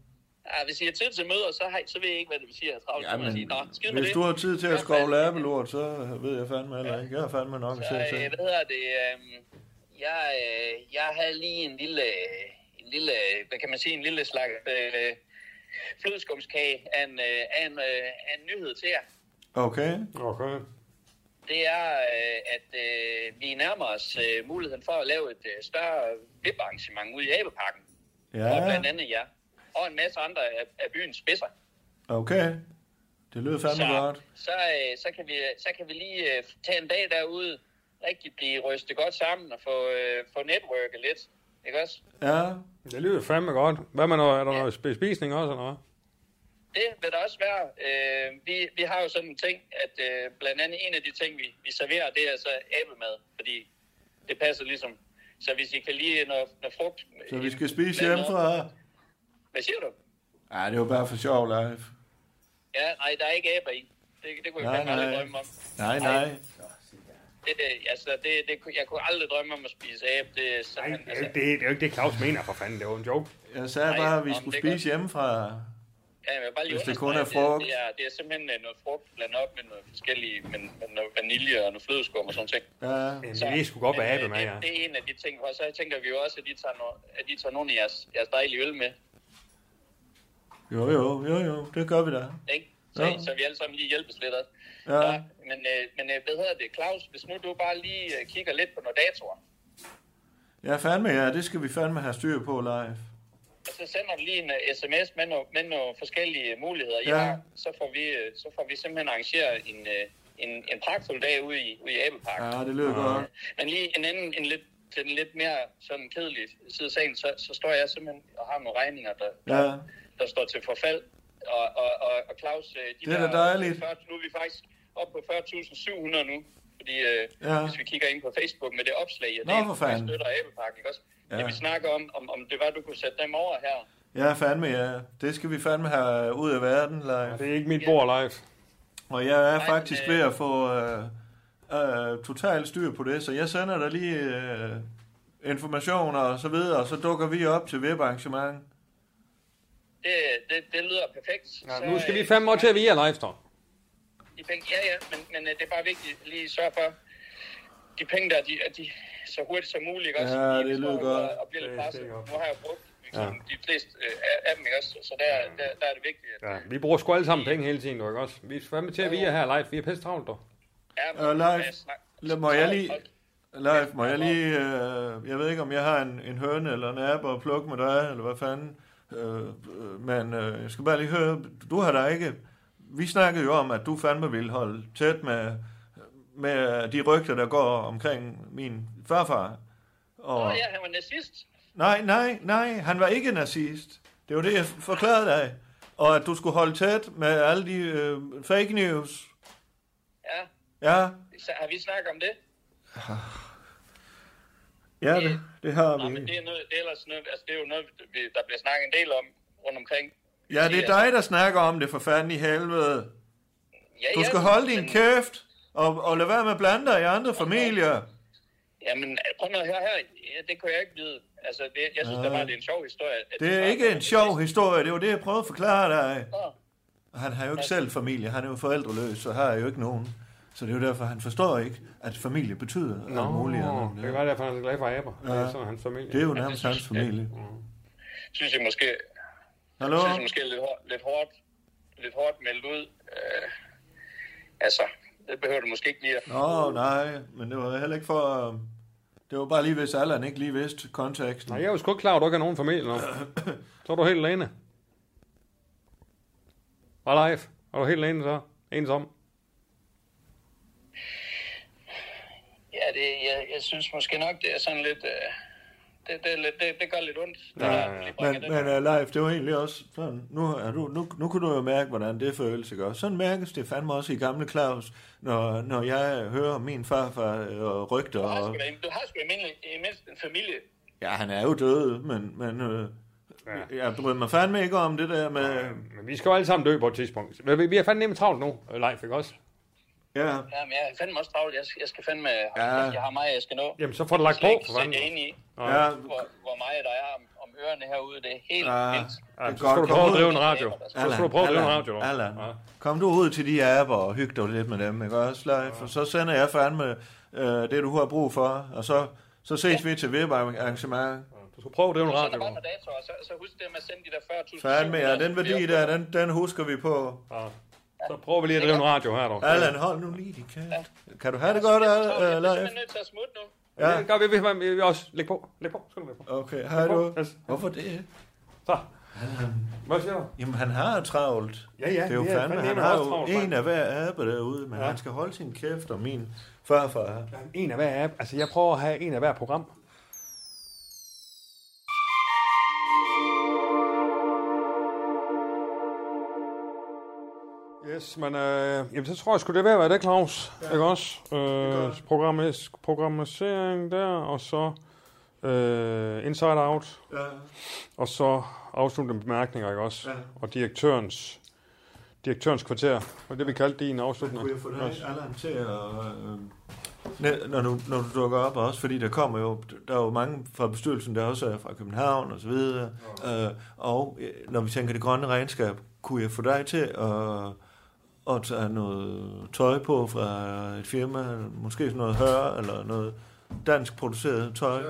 [SPEAKER 7] Ja, hvis I har tid til møder, så, har, I- så ved jeg ikke, hvad det vil sige, at jeg har travlt. Ja,
[SPEAKER 6] Jamen,
[SPEAKER 7] men, sige. Nå, skid med
[SPEAKER 6] Hvis
[SPEAKER 7] det.
[SPEAKER 6] du har tid til
[SPEAKER 7] Ja,
[SPEAKER 6] at skovle
[SPEAKER 7] fandme.
[SPEAKER 6] abelort, så ved jeg fandme heller ikke. Jeg har fandme nok at
[SPEAKER 7] Så,
[SPEAKER 6] se
[SPEAKER 7] øh,
[SPEAKER 6] til.
[SPEAKER 7] hvad hedder det? øhm, Jeg, øh, jeg havde lige en lille, øh, en lille, hvad kan man sige, en lille slags øh, flødeskumskage af en, øh, af, en, øh, af en nyhed til jer.
[SPEAKER 6] Okay.
[SPEAKER 4] Okay.
[SPEAKER 7] Det er, øh, at øh, vi nærmer os øh, muligheden for at lave et øh, større VIP-arrangement ude i Abeparken. Og
[SPEAKER 6] Ja,
[SPEAKER 7] blandt andet jer. Og en masse andre af, af byens spidser.
[SPEAKER 6] okay. Det lyder fandme
[SPEAKER 7] så,
[SPEAKER 6] godt.
[SPEAKER 7] så, øh, så, kan vi, så kan vi lige øh, tage en dag derude, rigtig blive rystet godt sammen og få, øh, få netværket lidt. Ikke også?
[SPEAKER 6] Ja,
[SPEAKER 4] Det lyder fandme godt. Hvad med noget? Er der noget bespisning også, eller hvad?
[SPEAKER 7] Det vil der også være. Øh, vi, vi har jo sådan en ting, at øh, blandt andet en af de ting, vi, vi serverer, det er så æblemad, fordi det passer ligesom. Så hvis I kan lide noget, noget frugt...
[SPEAKER 6] så vi skal spise hjemmefra.
[SPEAKER 7] Hvad siger du?
[SPEAKER 6] Ja, det var bare for sjov, live.
[SPEAKER 7] Ja, nej, der er ikke æbler i. Det, det kunne jeg
[SPEAKER 6] Nej,
[SPEAKER 7] fandme aldrig
[SPEAKER 6] nej.
[SPEAKER 7] drømme om.
[SPEAKER 6] Nej, nej.
[SPEAKER 7] Det, det, altså, det, det, kunne- jeg kunne aldrig drømme om at spise æble. Det, er sådan,
[SPEAKER 4] Nej, det, er
[SPEAKER 7] altså,
[SPEAKER 4] jo ikke det, det er jo ikke det, Claus mener, for fanden. Det var en joke.
[SPEAKER 6] Jeg sagde
[SPEAKER 7] Nej,
[SPEAKER 6] bare, at vi
[SPEAKER 7] nå, men
[SPEAKER 6] skulle
[SPEAKER 7] det er godt.
[SPEAKER 6] spise hjemmefra.
[SPEAKER 7] Ja, jeg vil bare lige
[SPEAKER 6] Hvis det kun
[SPEAKER 7] understrege,
[SPEAKER 6] er
[SPEAKER 7] at
[SPEAKER 6] frugt.
[SPEAKER 7] Det, det, er, det er simpelthen øh, noget frugt blandet op med noget forskellige, men, men noget vanilje og noget flødeskum og sådan ting.
[SPEAKER 6] Ja,
[SPEAKER 4] Jamen, det er sgu godt være
[SPEAKER 7] men, øh,
[SPEAKER 4] abe med,
[SPEAKER 7] det,
[SPEAKER 4] ja.
[SPEAKER 7] det, er en af de ting, og så tænker vi jo også, at I tager, no, at I tager nogle af jeres, jeres dejlige øl med,
[SPEAKER 6] jo, jo, jo, jo. Det gør vi da.
[SPEAKER 7] ikke? Så,
[SPEAKER 6] Jo.
[SPEAKER 7] så vi alle sammen lige hjælpes lidt ad.
[SPEAKER 6] Ja.
[SPEAKER 7] Nå, men, øh, men øh, hvad hedder det, Claus, hvis nu du bare lige øh, kigger lidt på nogle datoer,
[SPEAKER 6] Ja, fandme ja. Det skal vi fandme have styr på, live.
[SPEAKER 7] og så sender du lige en øh, sms med nogle, med nogle forskellige muligheder, I
[SPEAKER 6] Ja.
[SPEAKER 7] har, så får, vi, øh, så får vi simpelthen arrangeret en, øh, en, en pragtfuld dag ude i, ude i Æbelparken.
[SPEAKER 6] Ja, det lyder godt.
[SPEAKER 7] Men lige en anden, en lidt, til den lidt mere sådan kedelige side af sagen, så, så står jeg simpelthen og har nogle regninger, der,
[SPEAKER 6] Ja,
[SPEAKER 7] der står til forfald. Og, og, og, og Claus, øh, de
[SPEAKER 6] Det er da
[SPEAKER 7] der,
[SPEAKER 6] dejligt.
[SPEAKER 7] 40, nu er vi faktisk oppe på 40.700 nu. Fordi øh,
[SPEAKER 6] Ja.
[SPEAKER 7] ja. hvis vi kigger ind på Facebook med det opslag, jeg
[SPEAKER 6] Nå,
[SPEAKER 7] delte,
[SPEAKER 6] for fanden.
[SPEAKER 7] jeg støtter Æbleparken, ikke også? Ja.
[SPEAKER 6] Ja.
[SPEAKER 7] Det vi snakker om, om, om det var, du kunne sætte dem over her.
[SPEAKER 6] ja, fandme ja. Det skal vi fandme have ud af verden, live.
[SPEAKER 4] Det er ikke mit bord live.
[SPEAKER 6] Og jeg er
[SPEAKER 7] Nej,
[SPEAKER 6] faktisk
[SPEAKER 7] men,
[SPEAKER 6] ved
[SPEAKER 7] øh,
[SPEAKER 6] at få øh, øh, totalt styr på det, så jeg sender dig lige øh, informationer og så videre, og så dukker vi op til webarrangement.
[SPEAKER 7] Det, det, det lyder perfekt.
[SPEAKER 4] Ja, nu skal
[SPEAKER 7] øh,
[SPEAKER 4] vi fandme også til at vi er live, dog.
[SPEAKER 7] de penge, ja, ja, men, men øh, det er bare vigtigt lige at sørge for, de penge der, de, at de så hurtigt som muligt, ikke også?
[SPEAKER 6] Ja, det
[SPEAKER 7] Fordi vi står
[SPEAKER 6] lyder godt.
[SPEAKER 7] Og, og bliver lidt
[SPEAKER 4] Det er
[SPEAKER 7] presset.
[SPEAKER 4] sikkert.
[SPEAKER 7] Nu har jeg brugt ligesom, de fleste øh, af- af dem, ikke også? Så der, der, der er det vigtigt. at-
[SPEAKER 4] Ja, vi bruger sgu alle sammen penge hele tiden, du ikke også? Vi er fandme til at vi er her live. Vi er pisse travlt, dog.
[SPEAKER 7] Ja, men,
[SPEAKER 6] Øh, Leif,
[SPEAKER 7] jeg snak-
[SPEAKER 6] lad- må jeg lige-
[SPEAKER 7] Hold-
[SPEAKER 6] Leif, må jeg lige... Øh, jeg ved ikke, om jeg har en, en høne eller en app at plukke med dig, eller hvad fanden. Øh, øh, men øh, jeg skal bare lige høre, du har da ikke... Vi snakkede jo om, at du fandme ville holde tæt med, med de rygter, der går omkring min farfar. Og,
[SPEAKER 7] Nå, ja, han var nazist.
[SPEAKER 6] Nej, nej, nej, han var ikke nazist. Det var det, jeg f- forklarede dig. Og at du skulle holde tæt med alle de øh, fake news.
[SPEAKER 7] Ja,
[SPEAKER 6] Ja,
[SPEAKER 7] så har vi snakket om det?
[SPEAKER 6] ja det, det har
[SPEAKER 7] Nå, men det
[SPEAKER 6] vi.
[SPEAKER 7] er, noget, det er ellers noget, altså, det er jo noget, vi- der bliver snakket en del om rundt omkring.
[SPEAKER 6] Ja, det er dig, der snakker om det for fanden i helvede.
[SPEAKER 7] Ja,
[SPEAKER 6] Du
[SPEAKER 7] ja,
[SPEAKER 6] skal holde
[SPEAKER 7] men-
[SPEAKER 6] din kæft og, og lade være med at blande dig i andre familier.
[SPEAKER 7] Jamen, prøv nu at høre her. Ja, det kunne jeg ikke vide. Altså, det, jeg synes da bare, det er en sjov historie. at
[SPEAKER 6] Det
[SPEAKER 7] du
[SPEAKER 6] er
[SPEAKER 7] snakker
[SPEAKER 6] ikke
[SPEAKER 7] om
[SPEAKER 6] en sjov historie, det var det, jeg prøvede at forklare dig.
[SPEAKER 7] Nå.
[SPEAKER 6] Han har jo ikke selv familie, han er jo forældreløs, så har jeg jo ikke nogen. Så det er jo derfor, han forstår ikke, at familie betyder no. alt muligt. andet.
[SPEAKER 4] det kan være derfor, han er så glad for aber. Ja. Det er sådan hans familie.
[SPEAKER 6] Det er jo nærmest hans familie.
[SPEAKER 7] Synes jeg måske,
[SPEAKER 6] Hallo?
[SPEAKER 7] synes jeg måske er lidt, hår, lidt hårdt, lidt hårdt meldt ud. Øh, altså, det behøver du måske ikke lige at...
[SPEAKER 6] Nå, nej, men det var heller ikke for... øh, Det var bare lige, hvis Allan ikke lige vidste konteksten.
[SPEAKER 4] Nej, jeg er jo sgu ikke klar, over, at du ikke har nogen familie [coughs] nu. Så er du helt alene. Hvad life? Er du helt alene så? Ensom?
[SPEAKER 7] Ja, det, jeg, jeg synes måske nok, det er sådan lidt... Øh, det, det, er lidt- det, det gør lidt ondt.
[SPEAKER 4] Ja,
[SPEAKER 7] Det der,
[SPEAKER 4] ja.
[SPEAKER 7] lige bringer
[SPEAKER 6] Men,
[SPEAKER 7] den.
[SPEAKER 6] men uh, Leif, det var egentlig også sådan, nu, er du, nu, nu kunne du jo mærke, hvordan det følelse gør. Sådan mærkes det fandme også i gamle Claus, når, når jeg hører om min farfar og rygter.
[SPEAKER 7] Du har
[SPEAKER 6] Og,
[SPEAKER 7] sgu da en- Du har sgu i mindst, i mindst en familie.
[SPEAKER 6] ja, han er jo død, men, men øh,
[SPEAKER 4] Ja.
[SPEAKER 6] jeg bryder mig fandme ikke om det der med...
[SPEAKER 4] Men vi skal jo alle sammen dø på et tidspunkt. Men Vi, vi er fandme nemt travlt nu, øh, Leif, ikke også?
[SPEAKER 6] Ja,
[SPEAKER 7] Ja, men jeg er fandme også travlt. Jeg, skal- jeg skal fandme...
[SPEAKER 6] Ja.
[SPEAKER 7] Ja. Jeg har meget, jeg skal nå.
[SPEAKER 4] Jamen, så får du lagt
[SPEAKER 7] Jeg
[SPEAKER 4] på,
[SPEAKER 7] kan ikke
[SPEAKER 4] for
[SPEAKER 7] sætte jer
[SPEAKER 4] fanden. altså.
[SPEAKER 7] ind i,
[SPEAKER 6] ja,
[SPEAKER 7] hvor, hvor meget der er om, om ørerne herude. Det er helt
[SPEAKER 6] Ja.
[SPEAKER 7] vildt.
[SPEAKER 4] Ja, så
[SPEAKER 6] godt
[SPEAKER 4] skal du prøve
[SPEAKER 6] komme
[SPEAKER 4] at
[SPEAKER 6] ud.
[SPEAKER 4] drive en radio. Så skal du
[SPEAKER 6] Allan,
[SPEAKER 4] prøve at drive en
[SPEAKER 6] Allan,
[SPEAKER 4] radio. dog.
[SPEAKER 6] Allan,
[SPEAKER 4] Ja.
[SPEAKER 6] kom du ud til de apper og hyg dig lidt med dem, ikke også, Leif? Og så sender jeg fandme øh, det, du har brug for, og så, så ses vi til VIP-arrangement.
[SPEAKER 4] Du skal prøve at drive en
[SPEAKER 7] Så er
[SPEAKER 4] radio.
[SPEAKER 7] der bare
[SPEAKER 4] dog.
[SPEAKER 7] med datoer, så, så husk det med at sende de der 40.000.
[SPEAKER 6] Fandme, ja, den værdi der, den, den husker vi på.
[SPEAKER 4] Ja. Så prøver vi lige at drive en radio her, dog.
[SPEAKER 6] Allan, hold nu lige din kæft. Kan du have det godt, Al-
[SPEAKER 7] Jeg
[SPEAKER 6] uh,
[SPEAKER 7] er
[SPEAKER 6] Leif?
[SPEAKER 7] simpelthen nødt til at smutte nu.
[SPEAKER 4] Ja. Det gør vi, vi, vi, vi også. Læg på. Læg på. Skal du lægge på?
[SPEAKER 6] Okay, hej du.
[SPEAKER 4] Yes.
[SPEAKER 6] Hvorfor det?
[SPEAKER 4] Så. Hvad siger du?
[SPEAKER 6] Jamen, han har travlt.
[SPEAKER 4] Ja, ja,
[SPEAKER 6] Det er jo
[SPEAKER 4] vi er
[SPEAKER 6] fandme,
[SPEAKER 4] fandme
[SPEAKER 6] han
[SPEAKER 4] også
[SPEAKER 6] har jo
[SPEAKER 4] travlt,
[SPEAKER 6] en
[SPEAKER 4] mand.
[SPEAKER 6] af hver abe derude, men
[SPEAKER 4] Ja.
[SPEAKER 6] han skal holde sin kæft, og min farfar.
[SPEAKER 4] En af hver app. Altså, jeg prøver at have en af hver program. Yes, men øh, jamen, så tror jeg sgu, det er ved at være det, Claus. Ja. Ikke også? Øh, programmis, programmering der, og så øh, Inside Out,
[SPEAKER 6] Ja,
[SPEAKER 4] og så afsluttende bemærkninger, ikke også?
[SPEAKER 6] Ja.
[SPEAKER 4] Og direktørens, direktørens kvarter. Og det, vi kaldte det i en afsluttende.
[SPEAKER 6] kunne jeg få dig,
[SPEAKER 4] Også.
[SPEAKER 6] Allan, til at... øh, næ- Når du, når du dukker op, og også fordi der kommer jo, der er jo mange fra bestyrelsen, der også er fra København og så videre, øh, og øh, når vi tænker det grønne regnskab, kunne jeg få dig til at, at tage noget tøj på fra et firma, måske sådan noget høre, eller noget dansk produceret tøj,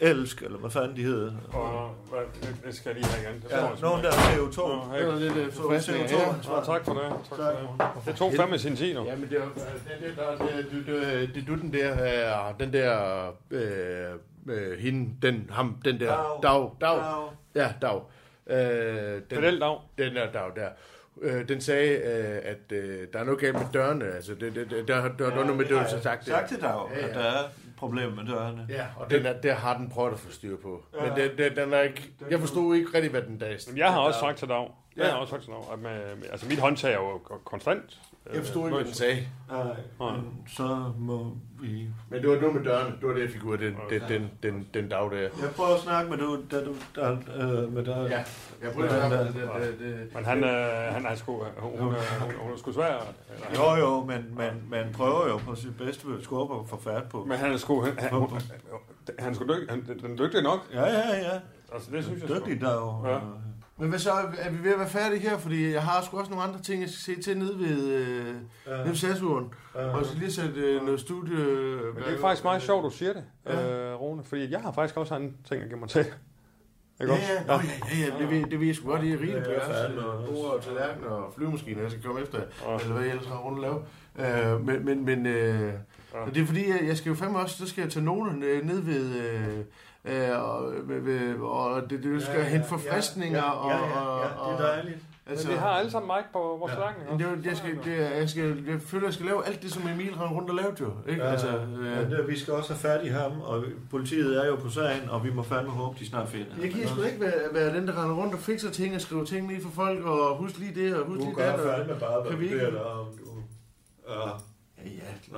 [SPEAKER 3] Ja.
[SPEAKER 6] elsk, eller hvad fanden de hedder.
[SPEAKER 4] Og, hvad, det, det skal jeg lige have igen. Det
[SPEAKER 6] Ja,
[SPEAKER 4] står
[SPEAKER 6] nogen der er CO2.
[SPEAKER 4] Nå,
[SPEAKER 6] Ja,
[SPEAKER 4] hej.
[SPEAKER 3] Det var lidt øh, forfriskende.
[SPEAKER 6] CO2.
[SPEAKER 3] Ja.
[SPEAKER 4] Nå, tak for det. Tak for det. Det tog fandme sin tid nu.
[SPEAKER 3] Ja, men det er jo- det, det, der, det, det, det, det, du den der, øh, den der, øh, øh, hende, den, ham, den der,
[SPEAKER 6] Dag.
[SPEAKER 3] Dag, Dag,
[SPEAKER 6] Dag.
[SPEAKER 3] ja, Dag, øh,
[SPEAKER 4] Fidel
[SPEAKER 3] den,
[SPEAKER 4] dag.
[SPEAKER 3] den der Dag der, øh, den sagde, øh, at øh, der er noget galt med dørene, altså, det, det, det, der, der, der, der er noget med dørene, så sagt det.
[SPEAKER 6] Sagt til dig, jo,
[SPEAKER 3] Ja, ja.
[SPEAKER 6] at der er problemer med dørene.
[SPEAKER 3] Ja, og den er, der har den prøvet at få styr på. Men den, den, den er ikke, jeg forstod ikke rigtig, hvad den dag.
[SPEAKER 4] Jeg har også sagt til dag. Jeg har også sagt til dag. At med, med- altså, mit håndtag er jo k- konstant. øh,
[SPEAKER 3] Jeg forstod ikke, hvad den
[SPEAKER 4] løs.
[SPEAKER 3] sagde.
[SPEAKER 6] Nej, men så må vi...
[SPEAKER 3] Men det var noget med dørene, det var det, jeg fik ud af den, den, den, den, den dag der.
[SPEAKER 6] Jeg prøver at snakke med du, da du, da, øh, med dig.
[SPEAKER 3] Ja, jeg prøvede at høre, det, det, det,
[SPEAKER 4] Men han, øh, han er sgu, hun, hun, er- hun, hun er sgu svær.
[SPEAKER 6] Jo,
[SPEAKER 4] eller-
[SPEAKER 6] jo, men man, man prøver jo på sit bedste at skubbe og få fat på.
[SPEAKER 4] Men han er sgu, han, han, hun- han er sgu dyg, han, den er dygtig nok.
[SPEAKER 6] Ja, ja, ja.
[SPEAKER 4] Altså, det synes jeg sgu.
[SPEAKER 6] Dygtig der jo.
[SPEAKER 4] Ja.
[SPEAKER 3] Men hvad så? Er vi ved at være færdige her? Fordi jeg har sgu også nogle andre ting, jeg skal se til nede ved, øh, ja. ved Sassuren. Ja. Og så lige sætte øh, noget studie...
[SPEAKER 4] Men det er faktisk meget sjovt, du siger det, øh, Rune. Fordi jeg har faktisk også andre ting at give mig til.
[SPEAKER 3] Ja,
[SPEAKER 4] Ikke også?
[SPEAKER 3] ja, Nå, ja, ja, ja, det ved, det ved jeg sgu godt, det er rigeligt på
[SPEAKER 6] Ja,
[SPEAKER 3] jeres
[SPEAKER 6] fandme
[SPEAKER 3] øh,
[SPEAKER 6] også.
[SPEAKER 3] bord og tallerkener og flyvemaskiner, jeg skal komme efter, eller hvad jeg ellers har rundt at lave. Øh, men, men, men øh, og det er fordi, jeg, jeg skal jo fandme også, så skal jeg tage noter øh, ned ved, øh, øh, og, ved, ved, og det, det skal ja, ja, hente forfriskninger,
[SPEAKER 6] ja, ja, ja,
[SPEAKER 3] og,
[SPEAKER 6] ja,
[SPEAKER 3] og,
[SPEAKER 6] ja, det er dejligt.
[SPEAKER 4] Men vi har alle sammen mic på vores ja.
[SPEAKER 3] Altså- Men Det, er jo- jeg, skal, det, er- jeg, skal, jeg føler, jeg skal lave alt det, som Emil har rundt og lavet jo. Ikke?
[SPEAKER 6] Ja,
[SPEAKER 3] altså,
[SPEAKER 6] altså,
[SPEAKER 3] øh,
[SPEAKER 6] ja, det, vi skal også have fat i ham, og politiet er jo på sagen, og vi må fandme håbe, de snart finder ham.
[SPEAKER 3] jeg gider sgu ikke være, være den, der render rundt og fikser ting og skriver ting ned for folk, og husk lige det, og husk
[SPEAKER 6] Du
[SPEAKER 3] lige
[SPEAKER 6] gør
[SPEAKER 3] det. Og,
[SPEAKER 6] fandme bare, hvad
[SPEAKER 3] kan
[SPEAKER 6] du
[SPEAKER 3] vi ikke-
[SPEAKER 6] beder dig om. du. Ja.
[SPEAKER 3] Ja, ja, det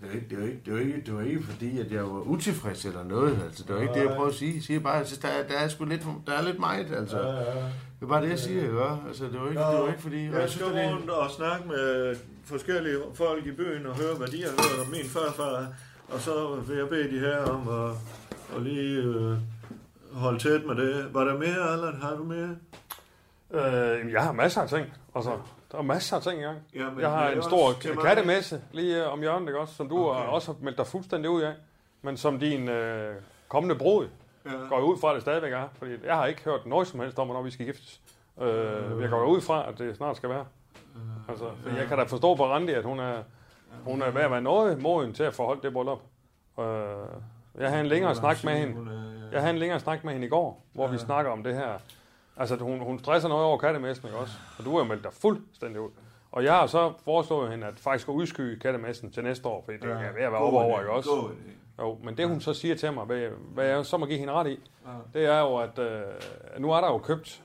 [SPEAKER 3] var ikke, det var ikke, det var ikke, det var ikke fordi, at jeg var utilfreds eller noget. Altså, det var ikke det, jeg prøver at sige. Jeg siger bare, at der, er- der er sgu lidt, der er lidt meget, altså.
[SPEAKER 6] Ja, ja.
[SPEAKER 3] Det er bare det, jeg siger, ikke? Altså, det var ikke, det var ikke fordi... og
[SPEAKER 6] Jeg
[SPEAKER 3] synes,
[SPEAKER 6] skal
[SPEAKER 3] det er-
[SPEAKER 6] rundt og snakke med forskellige folk i byen og høre, hvad de har hørt om min farfar. Og så vil jeg bede de her om at, at lige øh, holde tæt med det. Var der mere, Allan? Har du mere?
[SPEAKER 4] Øh, jamen, jeg har masser af ting. Altså, Der er masser af ting i gang.
[SPEAKER 6] Jamen, øh,
[SPEAKER 4] jeg
[SPEAKER 6] men
[SPEAKER 4] har
[SPEAKER 6] det er
[SPEAKER 4] en stor
[SPEAKER 6] også til mig.
[SPEAKER 4] kattemesse lige øh, om hjørnet, ikke også, som du okay. også har meldt dig fuldstændig ud af, men som din øh, kommende brud
[SPEAKER 6] Ja.
[SPEAKER 4] går jeg ud fra, at det stadigvæk er. Fordi jeg har ikke hørt noget som helst om, hvornår vi skal giftes. Øh, jeg går jo ud fra, at det snart skal være.
[SPEAKER 6] Øh,
[SPEAKER 4] Altså, for jeg kan da forstå på Randi, at hun er, hun er ved at være noget moden til at forholde det bryllup. Øh, jeg havde en længere snak med hende.
[SPEAKER 6] øh,
[SPEAKER 4] Jeg havde en længere snak med hende i går, hvor vi snakker om det her. Altså, at hun, hun stresser noget over kattemessen, ikke også? Og du har jo meldt dig fuldstændig ud. Og jeg har så foreslået hende, at faktisk at udskyde kattemessen til næste år, fordi det er ved at være over over, ikke også?
[SPEAKER 6] God idé.
[SPEAKER 4] Jo, men det hun så siger til mig, hvad, hvad jeg så må give hende ret i, det er jo, at øh, nu er der jo købt,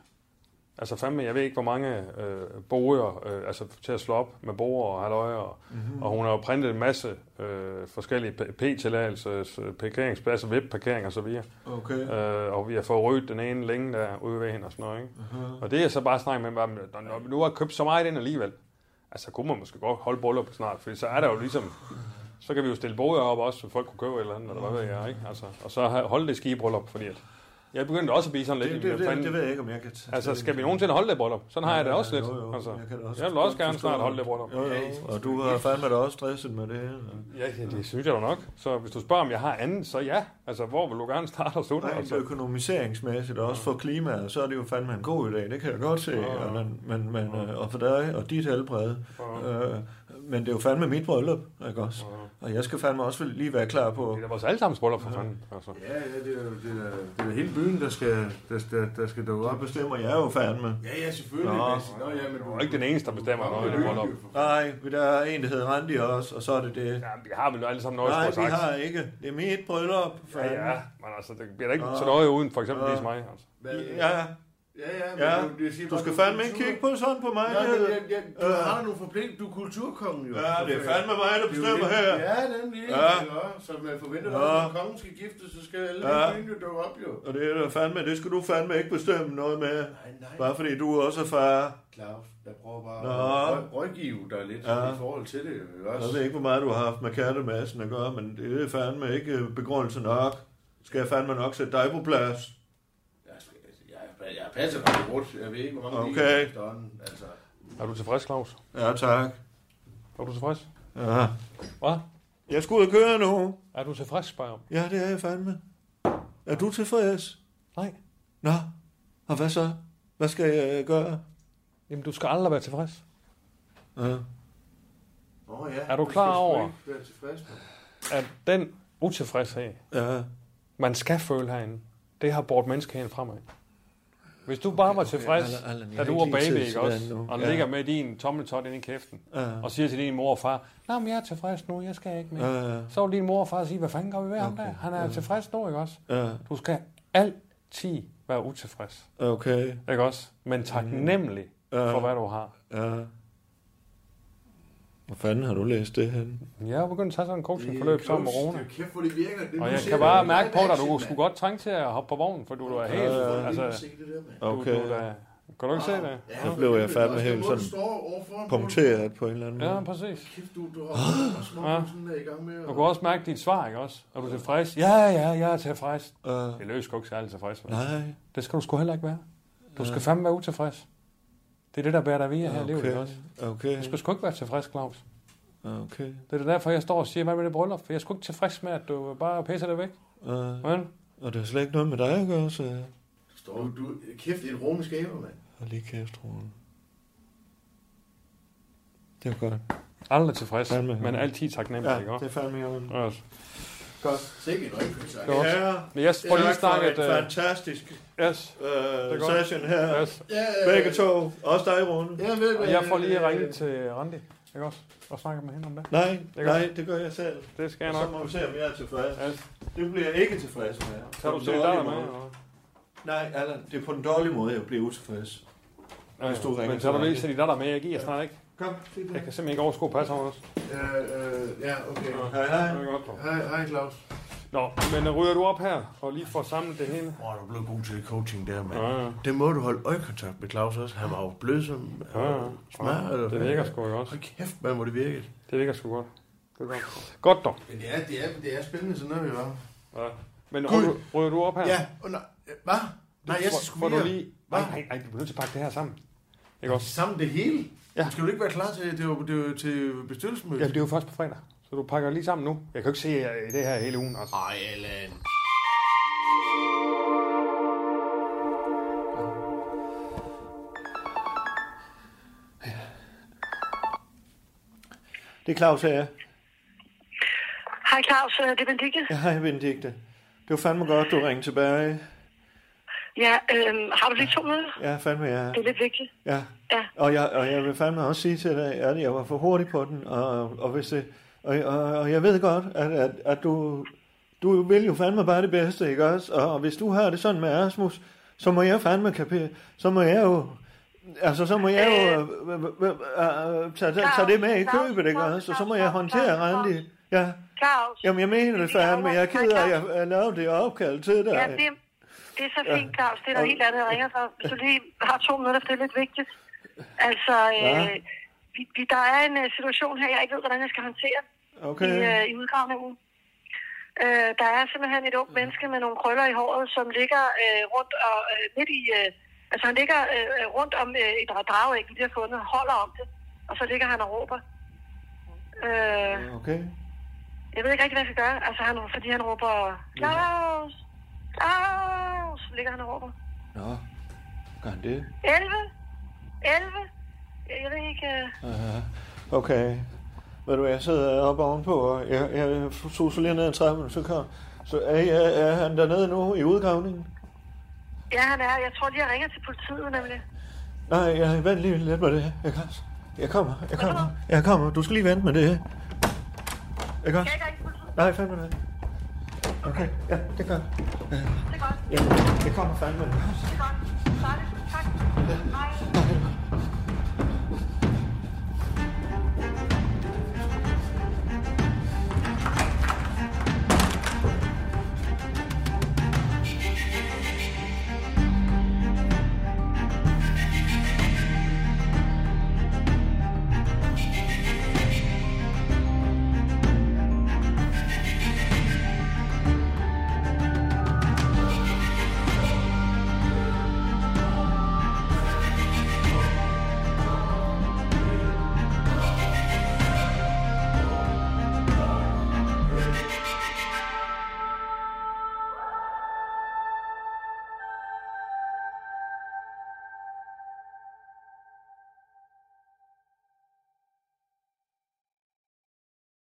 [SPEAKER 4] altså fandme, jeg ved ikke, hvor mange øh, boer, øh, altså til at slå op med boer og halløjer, og, mm-hmm. og hun har jo printet en masse øh, forskellige P-tilladelser, parkeringspladser, VIP-parkering og så videre.
[SPEAKER 6] Okay.
[SPEAKER 4] Øh, og vi har fået rødt den ene længe der ude ved hende og sådan noget. Ikke?
[SPEAKER 6] Mhm.
[SPEAKER 4] Uh-huh. Og det er så bare snakket med, dem, at når vi nu har købt så meget ind alligevel, altså kunne man måske godt holde boller på snart, for så er der jo ligesom, så kan vi jo stille boder op også, så folk kunne købe et eller andet, eller hvad ved jeg, ikke? Altså, og så ha- holde det skibryllup, fordi at jeg begyndte også at blive sådan lidt,
[SPEAKER 6] Det, det,
[SPEAKER 4] hvad
[SPEAKER 6] det,
[SPEAKER 4] fanden-
[SPEAKER 6] det ved jeg ikke, om jeg kan tage.
[SPEAKER 4] altså skal vi nogensinde holde det bryllup? Sådan har jeg det også lidt.
[SPEAKER 6] Jo, jo.
[SPEAKER 4] Altså,
[SPEAKER 6] Jeg, kan da
[SPEAKER 4] jeg vil også gerne
[SPEAKER 6] forstå
[SPEAKER 4] snart
[SPEAKER 6] det.
[SPEAKER 4] holde det bryllup.
[SPEAKER 6] Jo, jo. Og du var fandme da også stresset med det. eller?
[SPEAKER 4] Ja, ja, det synes jeg da nok. Så hvis du spørger, om jeg har andet, så ja. Altså, hvor vil du gerne starte og slutte?
[SPEAKER 6] Rent
[SPEAKER 4] Altså,
[SPEAKER 6] økonomiseringsmæssigt, og også for klimaet, så er det jo fandme en god idé, det kan jeg godt se, og, men, men, men, øh, og for dig og dit helbred. Øh, men det er jo fandme mit bryllup, ikke også? Og jeg skal fandme også lige være klar på,
[SPEAKER 4] det er da vores allesammens bryllup, for fanden. Altså.
[SPEAKER 3] Ja, ja, det er jo det er, det er hele byen, der skal, der, der, der skal dukke
[SPEAKER 6] så
[SPEAKER 3] op.
[SPEAKER 6] bestemmer jeg jo fandme.
[SPEAKER 3] Ja, ja, selvfølgelig.
[SPEAKER 6] Nå.
[SPEAKER 3] Mads. Nå, ja, men du,
[SPEAKER 4] Du er ikke den eneste, der bestemmer noget i det bryllup.
[SPEAKER 6] Nej, vi- der er en, der hedder Randi også, og så er det det.
[SPEAKER 4] Ja, vi har vel alle sammen noget,
[SPEAKER 6] Nej, vi
[SPEAKER 4] skulle have sagt.
[SPEAKER 6] har ikke. Det er mit bryllup, fandme.
[SPEAKER 4] Ja, ja, men altså, det bliver da ikke så noget uden for eksempel lige mig. Altså.
[SPEAKER 3] Ja,
[SPEAKER 6] Ja,
[SPEAKER 3] ja, ja, men
[SPEAKER 6] ja.
[SPEAKER 3] du, jeg siger
[SPEAKER 6] Du
[SPEAKER 3] bare,
[SPEAKER 6] skal
[SPEAKER 3] er
[SPEAKER 6] fandme ikke
[SPEAKER 3] kultur-
[SPEAKER 6] kigge på sådan på mig.
[SPEAKER 3] Ja,
[SPEAKER 6] det-
[SPEAKER 3] men jeg- jeg- du
[SPEAKER 6] Øh.
[SPEAKER 3] har nogle forpligtelser. Du er kulturkongen jo.
[SPEAKER 6] Ja, det er fandme mig, der
[SPEAKER 3] Det er jo
[SPEAKER 6] bestemmer
[SPEAKER 3] det-
[SPEAKER 6] her.
[SPEAKER 3] Ja, nemlig.
[SPEAKER 6] Ja.
[SPEAKER 3] Ja. Så man forventer,
[SPEAKER 6] Ja.
[SPEAKER 3] også, at når kongen skal gifte, så skal alle
[SPEAKER 6] Ja.
[SPEAKER 3] ja. byen jo dukke op jo.
[SPEAKER 6] Og det er da fandme, det skal du fandme ikke bestemme noget med.
[SPEAKER 3] Nej, nej.
[SPEAKER 6] Bare fordi du også er far.
[SPEAKER 3] Claus, jeg prøver bare
[SPEAKER 6] Nå.
[SPEAKER 3] at råd- rådgive dig lidt
[SPEAKER 6] Ja.
[SPEAKER 3] ja. i forhold til det. Ikke
[SPEAKER 6] Jeg ved
[SPEAKER 3] også?
[SPEAKER 6] ikke, hvor meget du har haft med kattemassen at gøre, men det er fandme ikke øh, begrundelse nok. Skal jeg fandme nok sætte dig på plads?
[SPEAKER 3] Jeg, altså, jeg, jeg passer ret godt. Jeg ved ikke, hvor mange
[SPEAKER 6] Okay.
[SPEAKER 3] lige er efterhånden, Altså.
[SPEAKER 4] Er du tilfreds, Claus?
[SPEAKER 6] Ja, tak.
[SPEAKER 4] Er du tilfreds?
[SPEAKER 6] Ja.
[SPEAKER 4] Hvad?
[SPEAKER 6] Jeg skulle ud og køre nu.
[SPEAKER 4] Er du tilfreds, spørger jeg om.
[SPEAKER 6] Ja, det er jeg fandme. Er du tilfreds?
[SPEAKER 4] Nej.
[SPEAKER 6] Nå, og hvad så? Hvad skal jeg øh, gøre?
[SPEAKER 4] Jamen, du skal aldrig være tilfreds.
[SPEAKER 6] Ja.
[SPEAKER 3] Nå, ja.
[SPEAKER 4] Er du
[SPEAKER 3] skal
[SPEAKER 4] klar
[SPEAKER 3] sgu
[SPEAKER 4] over-
[SPEAKER 3] ikke være tilfreds med.
[SPEAKER 4] At den utilfredshed,
[SPEAKER 6] ja.
[SPEAKER 4] man skal føle herinde, det har bort menneskeheden fremad. Hvis du bare var tilfreds,
[SPEAKER 6] Allan, Allan, jeg
[SPEAKER 4] da
[SPEAKER 6] har
[SPEAKER 4] du
[SPEAKER 6] ikke
[SPEAKER 4] var
[SPEAKER 6] lige tid
[SPEAKER 4] baby,
[SPEAKER 6] til
[SPEAKER 4] ikke
[SPEAKER 6] det
[SPEAKER 4] også,
[SPEAKER 6] nu.
[SPEAKER 4] og
[SPEAKER 6] Ja.
[SPEAKER 4] ligger med din tommeltot inde i kæften,
[SPEAKER 6] Ja.
[SPEAKER 4] og siger til din mor og far, nej, men jeg er tilfreds nu, jeg skal ikke mere.
[SPEAKER 6] Ja.
[SPEAKER 4] Så vil din mor og far sige, hvad fanden gør vi ved ham der? Han er tilfreds nu, ikke også?
[SPEAKER 6] Ja.
[SPEAKER 4] Du skal altid være utilfreds,
[SPEAKER 6] Okay.
[SPEAKER 4] ikke også? Men taknemmelig
[SPEAKER 6] Mm.
[SPEAKER 4] for, hvad du har.
[SPEAKER 6] Ja. Hvor fanden har du læst det hen?
[SPEAKER 4] Jeg er begyndt at tage sådan en coachingforløb sammen med Rune.
[SPEAKER 3] Det er kæft, hvor det virker. Det,
[SPEAKER 4] Og jeg kan bare mærke på dig, du skulle godt trænge til at hoppe på vognen, for du er helt... Altså, du, du,
[SPEAKER 6] Okay.
[SPEAKER 4] er da, kan du ikke
[SPEAKER 6] Ah.
[SPEAKER 4] se det?
[SPEAKER 6] Nu blev jeg fandme helt sådan punkteret på en eller anden måde.
[SPEAKER 4] Ja, præcis.
[SPEAKER 3] Kæft, du, du har også
[SPEAKER 4] Ah.
[SPEAKER 3] små sådan der i gang med.
[SPEAKER 4] Du kan også mærke dit svar, ikke også? Er du tilfreds? Ja, ja, jeg er tilfreds.
[SPEAKER 6] Ja.
[SPEAKER 4] Det løser sgu ikke særlig tilfreds. Med.
[SPEAKER 6] Ah. Nej. Ah.
[SPEAKER 4] Det skal du sgu heller ikke være. Du skal fandme være utilfreds. Det er det, der bærer dig videre her i livet,
[SPEAKER 6] Okay.
[SPEAKER 4] ikke også?
[SPEAKER 6] Okay.
[SPEAKER 4] Du skal sgu ikke være tilfreds, Claus.
[SPEAKER 6] Okay.
[SPEAKER 4] Det er da derfor, jeg står og siger, hvad med det bryllup? For jeg er sgu ikke tilfreds med, at du bare pisser det væk.
[SPEAKER 6] Ja.
[SPEAKER 4] Men,
[SPEAKER 6] Øh, Og det har slet ikke noget med dig at gøre, så jeg
[SPEAKER 3] Står du, kæft, en rum skaber, mand.
[SPEAKER 6] har lige kæft, Rune. Det var godt.
[SPEAKER 4] aldrig tilfreds,
[SPEAKER 6] Fandme.
[SPEAKER 4] men altid taknemmelig, ja,
[SPEAKER 6] Ja,
[SPEAKER 4] ikke
[SPEAKER 6] det
[SPEAKER 4] også?
[SPEAKER 6] er fandme i orden.
[SPEAKER 4] Altså,
[SPEAKER 3] Sikke noget, ikke?
[SPEAKER 4] det var også. Men jeg får lige
[SPEAKER 6] tak for
[SPEAKER 4] snakket...
[SPEAKER 6] en
[SPEAKER 4] Uh,
[SPEAKER 6] fantastisk
[SPEAKER 4] yes,
[SPEAKER 6] uh,
[SPEAKER 4] er godt.
[SPEAKER 6] session her.
[SPEAKER 4] yes.
[SPEAKER 3] Ja,
[SPEAKER 6] Begge to. Også dig, Rune.
[SPEAKER 3] Ja, ved, øh,
[SPEAKER 4] Og jeg får lige ringet til Randi, ikke også? Og snakke med hende om det.
[SPEAKER 6] Nej,
[SPEAKER 4] er
[SPEAKER 6] nej, det gør jeg selv.
[SPEAKER 4] Det skal jeg
[SPEAKER 6] Og så
[SPEAKER 4] nok.
[SPEAKER 6] må vi se, om jeg er tilfreds.
[SPEAKER 4] Yes.
[SPEAKER 6] Det bliver jeg ikke tilfreds med.
[SPEAKER 4] Så er
[SPEAKER 6] På den
[SPEAKER 4] du til
[SPEAKER 6] dårlige
[SPEAKER 4] dig med.
[SPEAKER 6] måde. Nej, Allan, det er på den dårlige måde, jeg bliver utilfreds. Hvis du ringer
[SPEAKER 4] Men så er du
[SPEAKER 6] til
[SPEAKER 4] lige til din datter med. Jeg giver snart ikke.
[SPEAKER 6] Kom, se
[SPEAKER 4] Jeg kan simpelthen ikke overskue at passe over os.
[SPEAKER 3] Ja, øh, ja, okay.
[SPEAKER 6] Hej, hej.
[SPEAKER 3] Hej, hej, Claus.
[SPEAKER 4] Nå, men øh, ryger du op her og lige får samlet det hele?
[SPEAKER 3] Åh, du blev god til coaching der, mand.
[SPEAKER 4] Ja, ja.
[SPEAKER 3] Det må du holde øjekontakt med Claus også. Han var jo blød som
[SPEAKER 4] Ja, ja.
[SPEAKER 3] smør. eller
[SPEAKER 4] Det
[SPEAKER 3] hvad?
[SPEAKER 4] virker sgu jo også.
[SPEAKER 3] Hold kæft, man, hvor det virkede.
[SPEAKER 4] Det virker sgu godt. Det er godt. Godt dog.
[SPEAKER 3] Men det er, det er, det er spændende sådan noget, vi var.
[SPEAKER 4] Ja. Men
[SPEAKER 3] Gud.
[SPEAKER 4] ryger, ryger du op her?
[SPEAKER 3] Ja, og nej, hvad? Nej, jeg skal
[SPEAKER 4] Får- får
[SPEAKER 3] sgu
[SPEAKER 4] du
[SPEAKER 3] lige...
[SPEAKER 4] lige... Nej, nej, nej, du bliver nødt til at pakke det her sammen. Ikke også?
[SPEAKER 3] Sammen det hele?
[SPEAKER 4] Ja.
[SPEAKER 3] Ja. Skal du ikke være klar til, det var, det var til bestyrelsesmødet?
[SPEAKER 4] Ja, det er jo først på fredag, så du pakker lige sammen nu. Jeg kan jo ikke se jer i det her hele ugen. Altså.
[SPEAKER 3] Ej, Allan.
[SPEAKER 6] Det er Claus her.
[SPEAKER 2] Hej Claus, øh, det er Benedikte.
[SPEAKER 6] Ja, hej Benedikte. Det var fandme godt, du ringte tilbage.
[SPEAKER 2] Ja, øhm, har du lige to minutter?
[SPEAKER 6] Ja, fandme, ja.
[SPEAKER 2] Det er lidt vigtigt.
[SPEAKER 6] ja.
[SPEAKER 2] Ja.
[SPEAKER 6] Og, jeg, og jeg vil fandme også sige til dig, at jeg var for hurtig på den, og, og, hvis det, og, og, og jeg ved godt, at, at, at du, du vil jo fandme bare det bedste, ikke også? Og, og hvis du har det sådan med Asmus, så må jeg fandme kapere, så må jeg jo, altså så må jeg jo øh, øh, øh, øh, tage, tage, tage det med i
[SPEAKER 2] Claus,
[SPEAKER 6] købet, ikke
[SPEAKER 2] Claus,
[SPEAKER 6] også? Og så
[SPEAKER 2] Claus,
[SPEAKER 6] må jeg
[SPEAKER 2] Claus,
[SPEAKER 6] håndtere
[SPEAKER 2] Claus, Claus.
[SPEAKER 6] Randi. Ja,
[SPEAKER 2] Claus.
[SPEAKER 6] jamen jeg mener det fandme, jeg er ked af, at
[SPEAKER 2] Ja,
[SPEAKER 6] jeg, jeg lavede det opkald til dig.
[SPEAKER 2] Ja, det, det er så fint, Claus. Det er noget
[SPEAKER 6] øh, Og-
[SPEAKER 2] helt andet, jeg ringer for. Hvis du lige har to minutter, for det er lidt vigtigt. Altså, øh,
[SPEAKER 6] Ja.
[SPEAKER 2] vi, vi, der er en øh, situation her, jeg ikke ved, hvordan jeg skal håndtere i, øh,
[SPEAKER 6] Okay,
[SPEAKER 2] i udgravningen. Øh, der er simpelthen et ungt menneske med nogle krøller i håret, som ligger øh, rundt og øh, midt i... Øh, altså, han ligger øh, øh, rundt om øh, et drageæg, vi lige har fundet, holder om det, og så ligger han og råber. Øh,
[SPEAKER 6] okay.
[SPEAKER 2] jeg ved ikke rigtig, hvad jeg skal gøre. Altså, han, fordi han råber, Claus! Claus! Ligger han og råber.
[SPEAKER 6] Nå, gør han det?
[SPEAKER 2] 11? 11? Jeg ved ikke... øh,
[SPEAKER 6] Okay. Ved du, hvad, jeg sidder oppe ovenpå, og jeg, jeg suser lige ned ad trappen, så kom. Så er, er, er han dernede nu i udgravningen?
[SPEAKER 2] Ja, han er. Jeg tror lige, jeg ringer til politiet, nemlig.
[SPEAKER 6] Nej, jeg vent lige lidt med det. Jeg, kan, jeg kommer, jeg kommer, jeg kommer. Du skal lige vente med det. Ikke også?
[SPEAKER 2] Jeg ringer til politiet.
[SPEAKER 6] Nej, fandme nej. Okay, ja, det gør jeg.
[SPEAKER 2] Det er godt.
[SPEAKER 6] Ja, jeg kommer fandme.
[SPEAKER 2] Det er godt. Tak. Tak. Hej.
[SPEAKER 6] Hej.